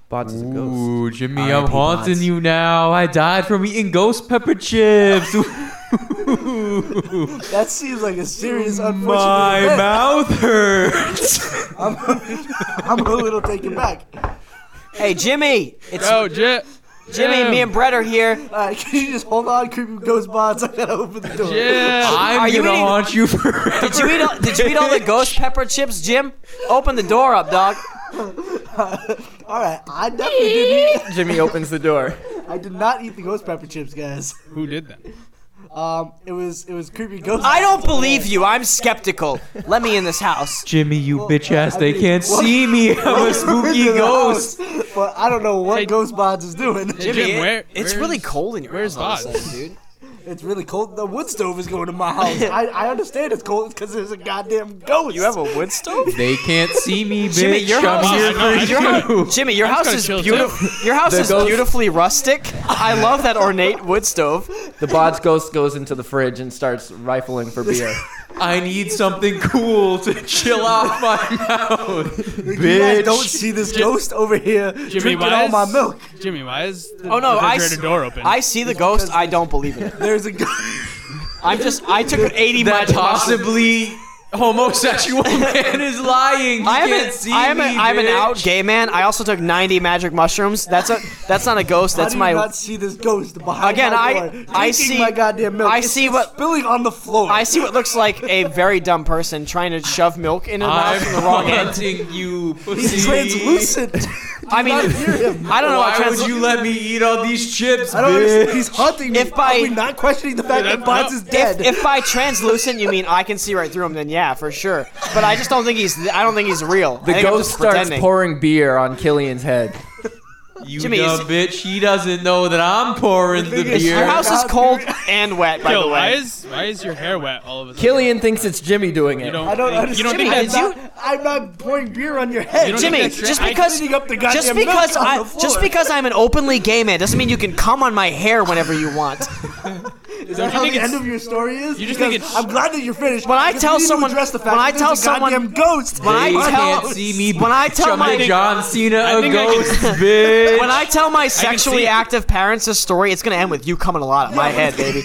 Speaker 1: Bods is a ghost.
Speaker 3: Ooh, Jimmy,
Speaker 2: R.I.P.
Speaker 3: I'm haunting
Speaker 2: Pods.
Speaker 3: you now. I died from eating ghost pepper chips.
Speaker 4: That seems like a serious unfortunate
Speaker 3: My
Speaker 4: event.
Speaker 3: mouth hurts.
Speaker 4: I'm a little taken back.
Speaker 2: hey, Jimmy, it's
Speaker 5: Oh, Jim.
Speaker 2: Jimmy. Me and Brett are here.
Speaker 4: All right, can you just hold on, creepy ghost Bod's? I gotta open the door.
Speaker 5: Jim.
Speaker 3: I'm
Speaker 2: Are
Speaker 3: gonna
Speaker 2: you eating-
Speaker 3: haunt you forever.
Speaker 2: Did you eat? All, did you eat all the ghost pepper chips, Jim? Open the door up, dog.
Speaker 4: All right, I definitely didn't. Eat,
Speaker 1: Jimmy opens the door.
Speaker 4: I did not eat the ghost pepper chips, guys.
Speaker 5: Who did that?
Speaker 4: Um, it was it was creepy ghost.
Speaker 2: I don't believe you. I'm skeptical. Let me in this house.
Speaker 3: Jimmy, you bitch ass, they
Speaker 4: mean,
Speaker 3: can't
Speaker 4: what-
Speaker 3: see me. I'm a
Speaker 4: We're
Speaker 3: spooky
Speaker 4: into the
Speaker 3: ghost.
Speaker 4: house, But I don't know what
Speaker 5: Hey.
Speaker 4: ghost Bod's is doing.
Speaker 5: Jim,
Speaker 2: it-
Speaker 5: where-
Speaker 2: it's
Speaker 5: where's-
Speaker 2: really cold in your
Speaker 5: where's
Speaker 2: house, all of a
Speaker 5: Boz?
Speaker 2: sudden, dude.
Speaker 4: It's really cold. The wood stove is going to my house. I, I understand it's cold because there's a goddamn ghost.
Speaker 2: You have a wood stove?
Speaker 3: They can't see me, bitch.
Speaker 2: Jimmy, your
Speaker 3: I'm
Speaker 2: house
Speaker 3: here
Speaker 2: is-
Speaker 3: for
Speaker 2: your
Speaker 3: you.
Speaker 2: house, Jimmy, your house
Speaker 5: gonna
Speaker 2: is
Speaker 5: chill, too.
Speaker 2: beautiful. Your house is
Speaker 1: ghost-
Speaker 2: beautifully rustic. I love that ornate wood stove.
Speaker 1: The Bods ghost goes into the fridge and starts rifling for beer.
Speaker 3: I need something cool to chill off my mouth.
Speaker 4: You guys
Speaker 3: bitch.
Speaker 4: don't see this ghost over here drinking all
Speaker 5: why
Speaker 4: my
Speaker 5: is-
Speaker 4: milk.
Speaker 5: Jimmy, why is the
Speaker 2: Oh no, I
Speaker 5: refrigerator
Speaker 2: s-
Speaker 5: door open?
Speaker 2: I see the ghost. I don't believe in it.
Speaker 4: There's a ghost.
Speaker 2: I'm just. I took an 80
Speaker 3: that
Speaker 2: mile
Speaker 3: possibly homosexual man is lying. You
Speaker 2: I am
Speaker 3: can't
Speaker 2: an,
Speaker 3: see
Speaker 2: I am
Speaker 3: me,
Speaker 2: an, I'm an
Speaker 3: bitch.
Speaker 2: out gay man. I also took 90 magic mushrooms. That's a. That's not a ghost.
Speaker 4: How do
Speaker 2: That's
Speaker 4: you
Speaker 2: my.
Speaker 4: not see this ghost behind
Speaker 2: Again,
Speaker 4: my
Speaker 2: I-
Speaker 4: door,
Speaker 2: I
Speaker 4: drinking
Speaker 2: see-
Speaker 4: my goddamn milk.
Speaker 2: I
Speaker 4: It's
Speaker 2: see what-
Speaker 4: spilling on the floor.
Speaker 2: I see what looks like a very dumb person trying to shove milk in her mouth
Speaker 3: I'm
Speaker 2: from the wrong end.
Speaker 3: haunting you, pussy.
Speaker 4: He's translucent.
Speaker 2: I mean, I don't know.
Speaker 3: Why
Speaker 2: what trans-
Speaker 3: would you let me eat all these chips,
Speaker 4: I don't
Speaker 3: bitch?
Speaker 4: understand. He's haunting me.
Speaker 2: If by-
Speaker 4: Are we not questioning the fact
Speaker 5: Yeah,
Speaker 4: that
Speaker 5: that-
Speaker 4: Bots
Speaker 5: no.
Speaker 4: is
Speaker 2: If,
Speaker 4: dead?
Speaker 2: if by translucent you mean I can see right through him, then yeah, for sure. But I just don't think he's. I don't think he's real. I
Speaker 1: The
Speaker 2: think I'm
Speaker 1: ghost
Speaker 2: just
Speaker 1: starts
Speaker 2: pretending.
Speaker 1: pouring beer on Killian's head.
Speaker 3: You
Speaker 2: Jimmy, is-
Speaker 3: dumb bitch. He doesn't know that I'm pouring the,
Speaker 4: thing is,
Speaker 2: Your
Speaker 3: beer.
Speaker 2: house is cold and wet, by
Speaker 5: Yo,
Speaker 2: the
Speaker 5: why
Speaker 2: way.
Speaker 5: is why is your hair wet all of a sudden?
Speaker 1: Killian thinks it's Jimmy doing it.
Speaker 5: You don't,
Speaker 4: I don't
Speaker 5: think, you
Speaker 4: understand.
Speaker 5: don't think
Speaker 2: Jimmy,
Speaker 5: that's
Speaker 2: did you-
Speaker 4: I'm not, I'm not pouring beer on your head.
Speaker 5: You don't
Speaker 2: Jimmy,
Speaker 5: think that's
Speaker 2: just
Speaker 5: right?
Speaker 2: because
Speaker 4: Cleaning up the goddamn
Speaker 2: just because
Speaker 4: milk on
Speaker 2: I
Speaker 4: the floor.
Speaker 2: just because I'm an openly gay man doesn't mean you can come on my hair whenever you want.
Speaker 4: Is that
Speaker 5: you
Speaker 4: how
Speaker 5: think
Speaker 4: the
Speaker 5: it's-
Speaker 4: end of your story is?
Speaker 5: you just
Speaker 4: Because
Speaker 5: think it's-
Speaker 4: I'm glad that you're finished.
Speaker 2: When I
Speaker 4: because
Speaker 2: tell
Speaker 4: we need to
Speaker 2: someone-
Speaker 4: address the fact
Speaker 2: when
Speaker 4: that
Speaker 2: I
Speaker 4: there's
Speaker 2: tell
Speaker 4: a
Speaker 2: someone-
Speaker 4: goddamn ghost.
Speaker 2: When I
Speaker 3: They
Speaker 2: tell-
Speaker 3: can't see me.
Speaker 2: when I tell
Speaker 3: chumming
Speaker 2: my-
Speaker 3: John Cena
Speaker 5: I
Speaker 3: a
Speaker 5: think I
Speaker 3: ghost,
Speaker 5: can-
Speaker 3: bitch.
Speaker 2: When I tell my sexually
Speaker 5: see it.
Speaker 2: active parents a story, it's gonna end with you coming a lot at my head, baby.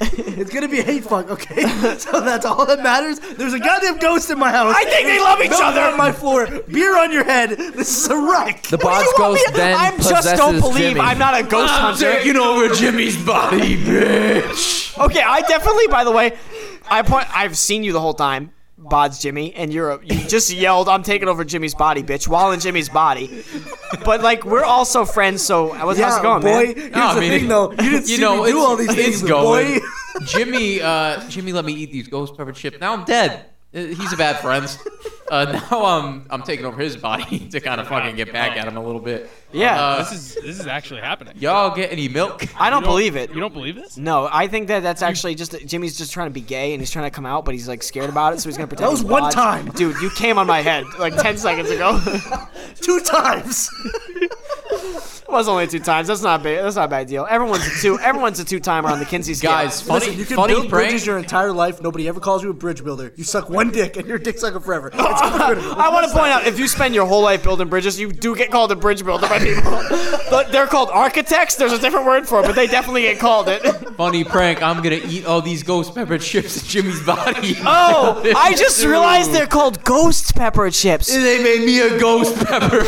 Speaker 4: It's gonna be a hate fuck, okay? so that's all that matters. There's a goddamn ghost in my house.
Speaker 2: I think they love each
Speaker 4: Milk
Speaker 2: other.
Speaker 4: on my floor. Beer on your head. This is a wreck.
Speaker 1: The
Speaker 2: What do
Speaker 1: Bods
Speaker 2: you want
Speaker 1: ghost
Speaker 2: me to-
Speaker 1: then
Speaker 2: I'm
Speaker 1: possesses
Speaker 2: just don't believe
Speaker 1: Jimmy.
Speaker 2: I'm not a ghost
Speaker 3: I'm
Speaker 2: hunter.
Speaker 3: taking over Jimmy's body, bitch.
Speaker 2: Okay, I definitely. By the way, I point. I've seen you the whole time, Bod's Jimmy, and you're a, you just yelled, "I'm taking over Jimmy's body, bitch," while in Jimmy's body. But like, we're also friends, so how's
Speaker 4: yeah,
Speaker 2: it going,
Speaker 4: boy.
Speaker 2: man?
Speaker 4: Here's
Speaker 3: I
Speaker 4: the
Speaker 3: mean,
Speaker 4: thing, though. You didn't
Speaker 3: you
Speaker 4: see
Speaker 3: know,
Speaker 4: me do
Speaker 3: it's-
Speaker 4: all these
Speaker 3: it's
Speaker 4: things,
Speaker 3: going.
Speaker 4: boy.
Speaker 3: Jimmy, uh, Jimmy, let me eat these ghost pepper chips. Now I'm dead. Uh, He's a bad friend. Uh, now I'm I'm taking over his body to kind of fucking get back at him a little bit.
Speaker 2: Yeah,
Speaker 3: Uh,
Speaker 5: this is this is actually happening.
Speaker 3: y'all get any milk?
Speaker 2: I don't
Speaker 5: You don't-
Speaker 2: believe it.
Speaker 5: You don't believe this?
Speaker 2: No, I think that that's actually just Jimmy's just trying to be gay and he's trying to come out, but he's like scared about it, so he's gonna pretend.
Speaker 4: That was
Speaker 2: he's
Speaker 4: one
Speaker 2: Bod's.
Speaker 4: time.
Speaker 2: dude. You came on my head like ten seconds ago.
Speaker 4: Two times.
Speaker 2: was only two times. That's not bad. That's not a bad deal. Everyone's a two. Everyone's a two timer on the Kinsey scale.
Speaker 3: Guys, funny,
Speaker 4: Listen, you can
Speaker 3: funny
Speaker 4: build
Speaker 3: prank.
Speaker 4: bridges your entire life. Nobody ever calls you a bridge builder. You suck one dick, and you're a dick sucker forever. It's critical.
Speaker 2: I want to point out if you spend your whole life building bridges, you do get called a bridge builder by people. But They're called architects. There's a different word for it, but they definitely get called it.
Speaker 3: funny prank. I'm gonna eat all these ghost pepper chips in Jimmy's body.
Speaker 2: Oh, I just realized they're called ghost pepper chips.
Speaker 3: They made me a ghost pepper.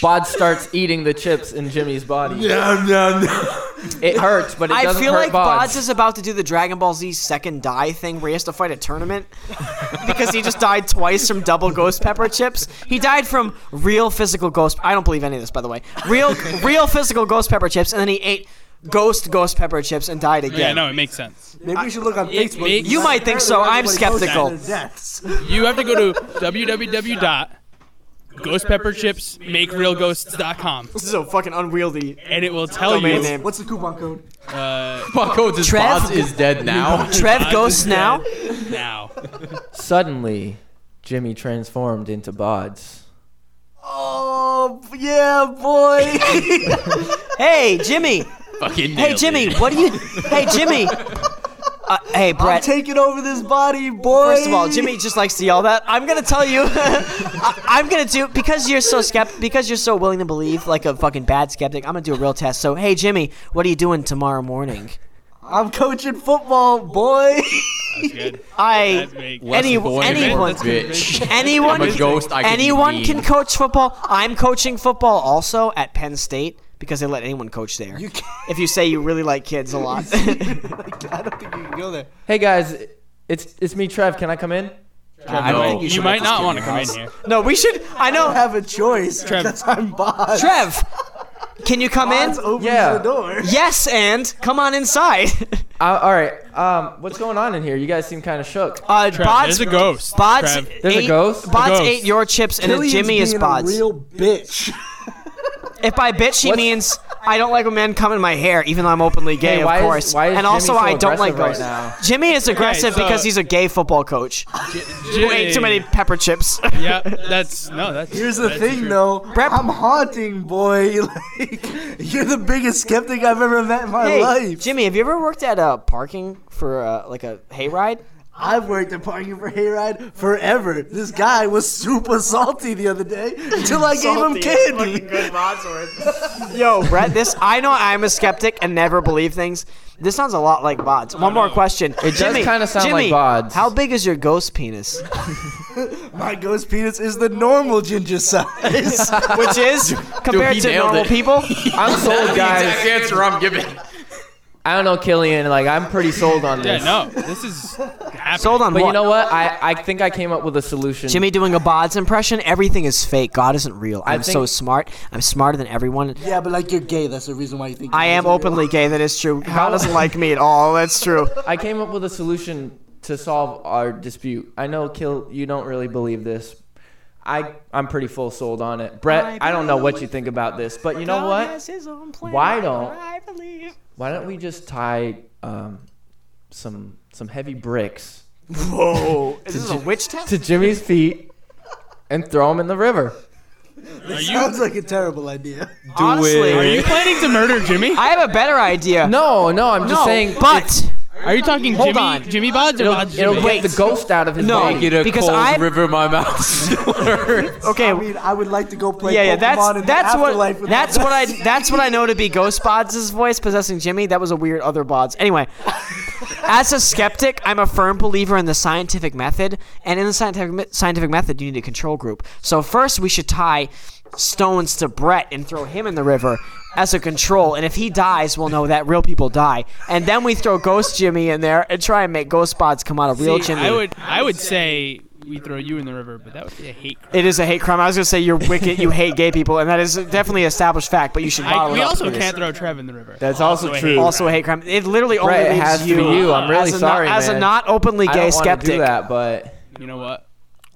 Speaker 1: Bod starts eating the chips in Jimmy's body.
Speaker 3: no, no, no.
Speaker 1: It hurts, but it
Speaker 2: I
Speaker 1: doesn't
Speaker 2: feel
Speaker 1: hurt
Speaker 2: like
Speaker 1: Bod's.
Speaker 2: Bods is about to do the Dragon Ball Z second die thing where he has to fight a tournament because he just died twice from double ghost pepper chips. He died from real physical ghost. I don't believe any of this, by the way. Real, real physical ghost pepper chips, and then he ate ghost ghost pepper chips and died again.
Speaker 5: Yeah, no, it makes sense.
Speaker 4: Maybe we should look on
Speaker 5: It
Speaker 4: Facebook.
Speaker 5: makes-
Speaker 2: You might think so. I'm
Speaker 4: Apparently
Speaker 2: skeptical.
Speaker 4: everybody posts their deaths.
Speaker 5: You have to go to www.ghostpepperchipsmakerealghosts.com
Speaker 2: This is so fucking unwieldy
Speaker 5: and it will tell
Speaker 2: domain
Speaker 5: you.
Speaker 2: name.
Speaker 4: What's the coupon code?
Speaker 5: Uh,
Speaker 3: Bucko, this
Speaker 2: Trev-
Speaker 3: Boz is dead now.
Speaker 2: Trev ghosts
Speaker 5: is
Speaker 2: now.
Speaker 5: now.
Speaker 1: Suddenly, Jimmy transformed into Bods.
Speaker 4: Oh yeah, boy.
Speaker 2: Hey, Jimmy.
Speaker 3: Fucking
Speaker 2: Hey,
Speaker 3: nailed
Speaker 2: Jimmy.
Speaker 3: it.
Speaker 2: What are you? Hey, Jimmy. Uh, hey,
Speaker 4: I'm
Speaker 2: Brett.
Speaker 4: taking over this body, boy.
Speaker 2: First of all, Jimmy just likes to yell that. I'm gonna tell you, I, am gonna do because you're so skept, because you're so willing to believe like a fucking bad skeptic. I'm gonna do a real test. So, hey Jimmy, what are you doing tomorrow morning?
Speaker 4: I'm coaching football, boy.
Speaker 5: That's good.
Speaker 2: I
Speaker 5: That's big.
Speaker 2: any,
Speaker 3: Boy,
Speaker 2: anyone,
Speaker 3: bitch.
Speaker 2: anyone,
Speaker 3: I'm a ghost. I can be
Speaker 2: anyone
Speaker 3: mean.
Speaker 2: can coach football. I'm coaching football also at Penn State because they let anyone coach there.
Speaker 4: You can't.
Speaker 2: if you say you really like kids a lot.
Speaker 4: I don't think you can go there.
Speaker 1: Hey guys, it's it's me, Trev. Can I come in?
Speaker 2: I
Speaker 3: No.
Speaker 2: think
Speaker 5: You,
Speaker 2: should
Speaker 5: might
Speaker 2: let
Speaker 5: not
Speaker 2: this
Speaker 5: want to
Speaker 2: kid
Speaker 5: come in
Speaker 2: house.
Speaker 5: here.
Speaker 2: No, we should. I
Speaker 4: I don't
Speaker 2: know.
Speaker 4: have a choice because I'm boss.
Speaker 2: Trev, can you come in?
Speaker 4: Boss opens
Speaker 1: Yeah.
Speaker 4: the door.
Speaker 2: Yes, and come on inside.
Speaker 1: Uh, all right. Um, what's going on in here? You guys seem kind of shook.
Speaker 2: Uh,
Speaker 5: Trev,
Speaker 2: Bods,
Speaker 5: there's a ghost.
Speaker 2: Bods,
Speaker 5: Trev.
Speaker 1: There's a
Speaker 2: ate-
Speaker 1: ghost?
Speaker 2: Bods
Speaker 5: A ghost.
Speaker 2: ate your chips, and then
Speaker 4: Killian's
Speaker 2: Jimmy is
Speaker 4: being a
Speaker 2: Bods.
Speaker 4: real bitch.
Speaker 2: if by bitch he
Speaker 1: What's-
Speaker 2: means I don't like when men come in my hair, even though I'm openly gay,
Speaker 1: Hey,
Speaker 2: of
Speaker 1: why is-
Speaker 2: course.
Speaker 1: why is
Speaker 2: and
Speaker 1: Jimmy
Speaker 2: also,
Speaker 1: so
Speaker 2: I don't like
Speaker 1: aggressive right
Speaker 2: ghosts.
Speaker 1: now?
Speaker 2: Jimmy is aggressive
Speaker 5: so-
Speaker 2: because he's a gay football coach who ate too many pepper chips.
Speaker 5: Yeah, that's no. That's
Speaker 4: Here's the
Speaker 5: that's
Speaker 4: thing,
Speaker 5: true.
Speaker 4: though.
Speaker 2: Brett-
Speaker 4: I'm haunting, boy. Like, you're the biggest skeptic I've ever met in my
Speaker 2: hey,
Speaker 4: life.
Speaker 2: Jimmy, have you ever worked at a parking for uh, like a hayride?
Speaker 4: I've worked at parking for hayride forever. This guy was super salty the other day until I gave him candy.
Speaker 2: Yo, Brett, this I know I'm a skeptic and never believe things. This sounds a lot like Bods. One more question. It
Speaker 1: does kinda sound like Bods.
Speaker 2: How big is your ghost penis?
Speaker 4: My ghost penis is the normal ginger size.
Speaker 2: Which is compared
Speaker 3: he
Speaker 2: to
Speaker 3: nailed
Speaker 2: normal
Speaker 3: it.
Speaker 2: people.
Speaker 1: I'm sold,
Speaker 3: That's the
Speaker 1: guys.
Speaker 3: exact answer I'm giving.
Speaker 1: I don't know, Killian. Like, I'm pretty sold on this.
Speaker 5: Yeah, no. This is happening.
Speaker 2: Sold on
Speaker 1: But
Speaker 2: what?
Speaker 1: you know what? I, I think I came up with a solution.
Speaker 2: Jimmy doing a Bods impression. Everything is fake. God isn't real. I'm
Speaker 1: think-
Speaker 2: so smart. I'm smarter than everyone.
Speaker 4: yeah, but like you're gay. That's the reason why you think
Speaker 2: I am openly gay. That is true. God doesn't like me at all. That's true.
Speaker 1: I came up with a solution to solve our dispute. I know, Kill, you don't really believe this. I I'm pretty full sold on it. Brett, I don't know what you think about this, but you know what? Why don't- Why don't we just tie um, some some heavy bricks
Speaker 2: Whoa! Is this a witch test?
Speaker 1: to Jimmy's feet and throw him in the river?
Speaker 5: Are you
Speaker 4: Sounds like a terrible idea.
Speaker 2: Honestly,
Speaker 5: are you planning to murder Jimmy?
Speaker 2: I have a better idea.
Speaker 1: No, no, I'm just
Speaker 2: No,
Speaker 1: saying.
Speaker 2: but
Speaker 5: Are you talking
Speaker 2: Hold
Speaker 5: Jimmy?
Speaker 2: on.
Speaker 5: Jimmy Bods or
Speaker 1: it'll,
Speaker 5: Bods
Speaker 1: it'll
Speaker 5: Jimmy?
Speaker 1: get the ghost out of his
Speaker 2: No.
Speaker 1: body.
Speaker 3: Get a
Speaker 2: Because
Speaker 3: cold
Speaker 2: I-
Speaker 3: river in my mouth. Still hurts.
Speaker 2: okay.
Speaker 4: I mean, I would like to go play
Speaker 2: yeah, yeah,
Speaker 4: Pokemon in
Speaker 2: that's
Speaker 4: the
Speaker 2: that's
Speaker 4: afterlife
Speaker 2: what
Speaker 4: with
Speaker 2: that's
Speaker 4: my
Speaker 2: what I
Speaker 4: best-
Speaker 2: that's what I know to be Ghost Bods' voice possessing Jimmy. That was a weird other Bods. Anyway, as a skeptic, I'm a firm believer in the scientific method, and in the scientific me- scientific method, you need a control group. So first, we should tie stones to Brett and throw him in the river as a control. And if he dies, we'll know that real people die. And then we throw Ghost Jimmy in there and try and make Ghost Bods come out of real
Speaker 5: See,
Speaker 2: Jimmy.
Speaker 5: I would. I would say we throw you in the river, but that would be a hate crime.
Speaker 2: It is a hate crime. I was gonna say you're wicked. You hate gay people, and that is definitely an established fact. But you should
Speaker 5: I,
Speaker 2: bottle
Speaker 5: we
Speaker 2: it up.
Speaker 5: also
Speaker 2: please.
Speaker 5: can't throw Trev in the river.
Speaker 1: That's also
Speaker 5: a hate
Speaker 1: true.
Speaker 5: crime.
Speaker 2: also a hate crime. It literally only
Speaker 1: Brett, it
Speaker 2: leaves
Speaker 1: has to
Speaker 2: you.
Speaker 1: be you. I'm really
Speaker 2: as a,
Speaker 1: sorry,
Speaker 2: not, As a
Speaker 1: man.
Speaker 2: not openly
Speaker 1: I
Speaker 2: gay
Speaker 1: don't want to
Speaker 2: skeptic.
Speaker 1: do that, but
Speaker 5: You know what?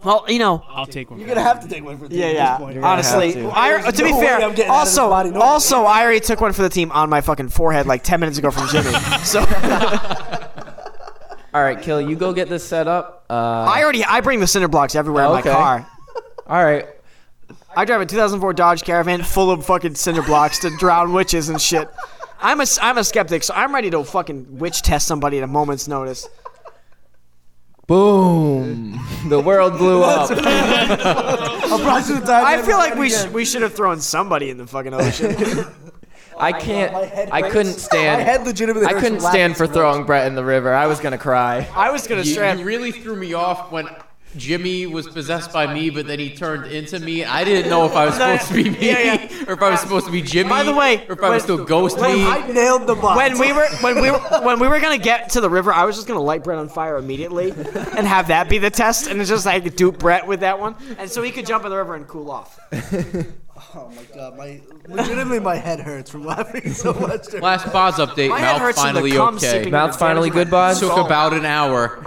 Speaker 2: Well, you know.
Speaker 5: I'll take one.
Speaker 4: You're gonna have to take one for the team
Speaker 2: Yeah,
Speaker 4: at this point.
Speaker 2: yeah. Honestly,
Speaker 1: have to.
Speaker 2: I, to be
Speaker 4: no way
Speaker 2: fair,
Speaker 4: I'm getting out of this
Speaker 2: also,
Speaker 4: body, no way.
Speaker 2: also, I already took one for the team on my fucking forehead like ten minutes ago from Jimmy. so
Speaker 1: all right, Kill, you go get this set up. Uh,
Speaker 2: I already, I bring the cinder blocks everywhere in my
Speaker 1: Okay.
Speaker 2: car.
Speaker 1: all right.
Speaker 2: I drive a 2004 Dodge Caravan full of fucking cinder blocks to drown witches and shit. I'm a, s- I'm a skeptic, so I'm ready to fucking witch test somebody at a moment's notice.
Speaker 1: Boom. The world blew up.
Speaker 4: I'll brought you the
Speaker 2: I feel like we,
Speaker 4: should.
Speaker 2: sh- we should have thrown somebody in the fucking ocean.
Speaker 1: I can't.
Speaker 4: my head
Speaker 1: I
Speaker 4: hurts.
Speaker 1: couldn't stand.
Speaker 4: My head legitimately
Speaker 1: I
Speaker 4: hurts
Speaker 1: couldn't
Speaker 4: from laughing
Speaker 1: stand for
Speaker 4: so much.
Speaker 1: throwing Brett in the river. I was gonna cry.
Speaker 2: I was gonna
Speaker 3: You,
Speaker 2: strap.
Speaker 3: you really threw me off when Jimmy was possessed by me, but then he turned into me. I didn't know if I was supposed to be me
Speaker 2: yeah, yeah. Uh,
Speaker 3: or if I was supposed to be Jimmy.
Speaker 2: By the way,
Speaker 3: or if I was
Speaker 2: when-
Speaker 3: still ghost me.
Speaker 4: I nailed the box.
Speaker 2: When we were when we were, when we were gonna get to the river, I was just gonna light Brett on fire immediately and have that be the test, and it's just like dupe Brett with that one, and so he could jump in the river and cool off.
Speaker 4: Oh my god, my legitimately my head hurts from laughing so much. during-
Speaker 3: Last Boz update.
Speaker 2: My head
Speaker 3: Mouth
Speaker 2: hurts from the
Speaker 3: finally
Speaker 2: cum
Speaker 3: okay.
Speaker 2: seeping-
Speaker 1: Mouth's finally good, Boz.
Speaker 3: Took about an hour.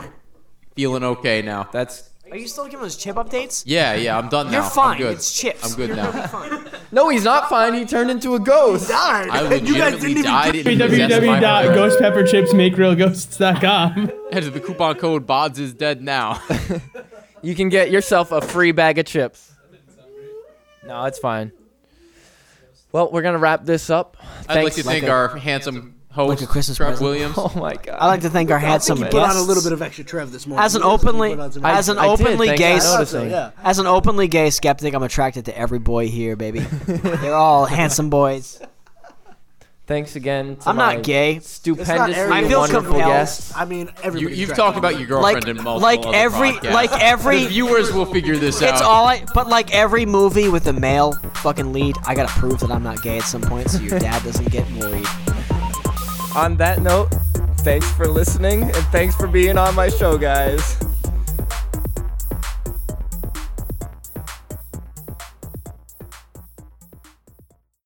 Speaker 3: Feeling okay now.
Speaker 1: That's
Speaker 2: Are you still giving us chip updates?
Speaker 3: Yeah, yeah, I'm done now.
Speaker 2: You're
Speaker 3: I'm
Speaker 2: fine.
Speaker 3: good.
Speaker 2: It's chips.
Speaker 3: I'm good
Speaker 2: You're
Speaker 3: now.
Speaker 2: really fine.
Speaker 1: no, he's not fine. He turned into a ghost.
Speaker 4: Darn,
Speaker 3: I
Speaker 4: you guys didn't
Speaker 3: legitimately
Speaker 4: even
Speaker 3: died in
Speaker 5: www.ghostpepperchipsmakerealghosts.com.
Speaker 3: Head to the coupon code Bods is dead now.
Speaker 1: You can get yourself a free bag of chips. No, it's fine. Well, we're gonna wrap this up.
Speaker 3: I'd like
Speaker 1: Thanks.
Speaker 3: to thank
Speaker 2: a-
Speaker 3: our handsome host,
Speaker 2: like a Christmas
Speaker 3: Trev
Speaker 2: present.
Speaker 3: Williams.
Speaker 1: Oh my god.
Speaker 2: I like to thank our handsome
Speaker 4: You put on a
Speaker 2: guests.
Speaker 4: little bit of extra Trev this morning.
Speaker 2: As an
Speaker 4: You guys
Speaker 2: openly-
Speaker 4: put on some-
Speaker 1: I-
Speaker 2: as an
Speaker 1: I did,
Speaker 2: openly
Speaker 1: thanks
Speaker 2: gay-
Speaker 1: for
Speaker 4: I thought so,
Speaker 1: noticing.
Speaker 4: yeah.
Speaker 2: As an openly gay skeptic, I'm attracted to every boy here, baby. They're all handsome boys.
Speaker 1: Thanks again. To
Speaker 2: I'm
Speaker 1: my
Speaker 2: not gay.
Speaker 4: It's not
Speaker 1: Stupendously
Speaker 4: arrogant.
Speaker 2: I feel
Speaker 1: wonderful
Speaker 2: compelled.
Speaker 1: guests.
Speaker 4: I mean,
Speaker 3: You,
Speaker 4: everybody.
Speaker 3: you've talked about your girlfriend
Speaker 2: Like,
Speaker 3: in multiple
Speaker 2: like
Speaker 3: other
Speaker 2: every,
Speaker 3: podcasts.
Speaker 2: like
Speaker 3: The
Speaker 2: every,
Speaker 3: viewers will figure this out.
Speaker 2: It's all I, but like every movie with a male fucking lead, I gotta prove that I'm not gay at some point so your dad doesn't get worried.
Speaker 1: On that note, thanks for listening and thanks for being on my show, guys.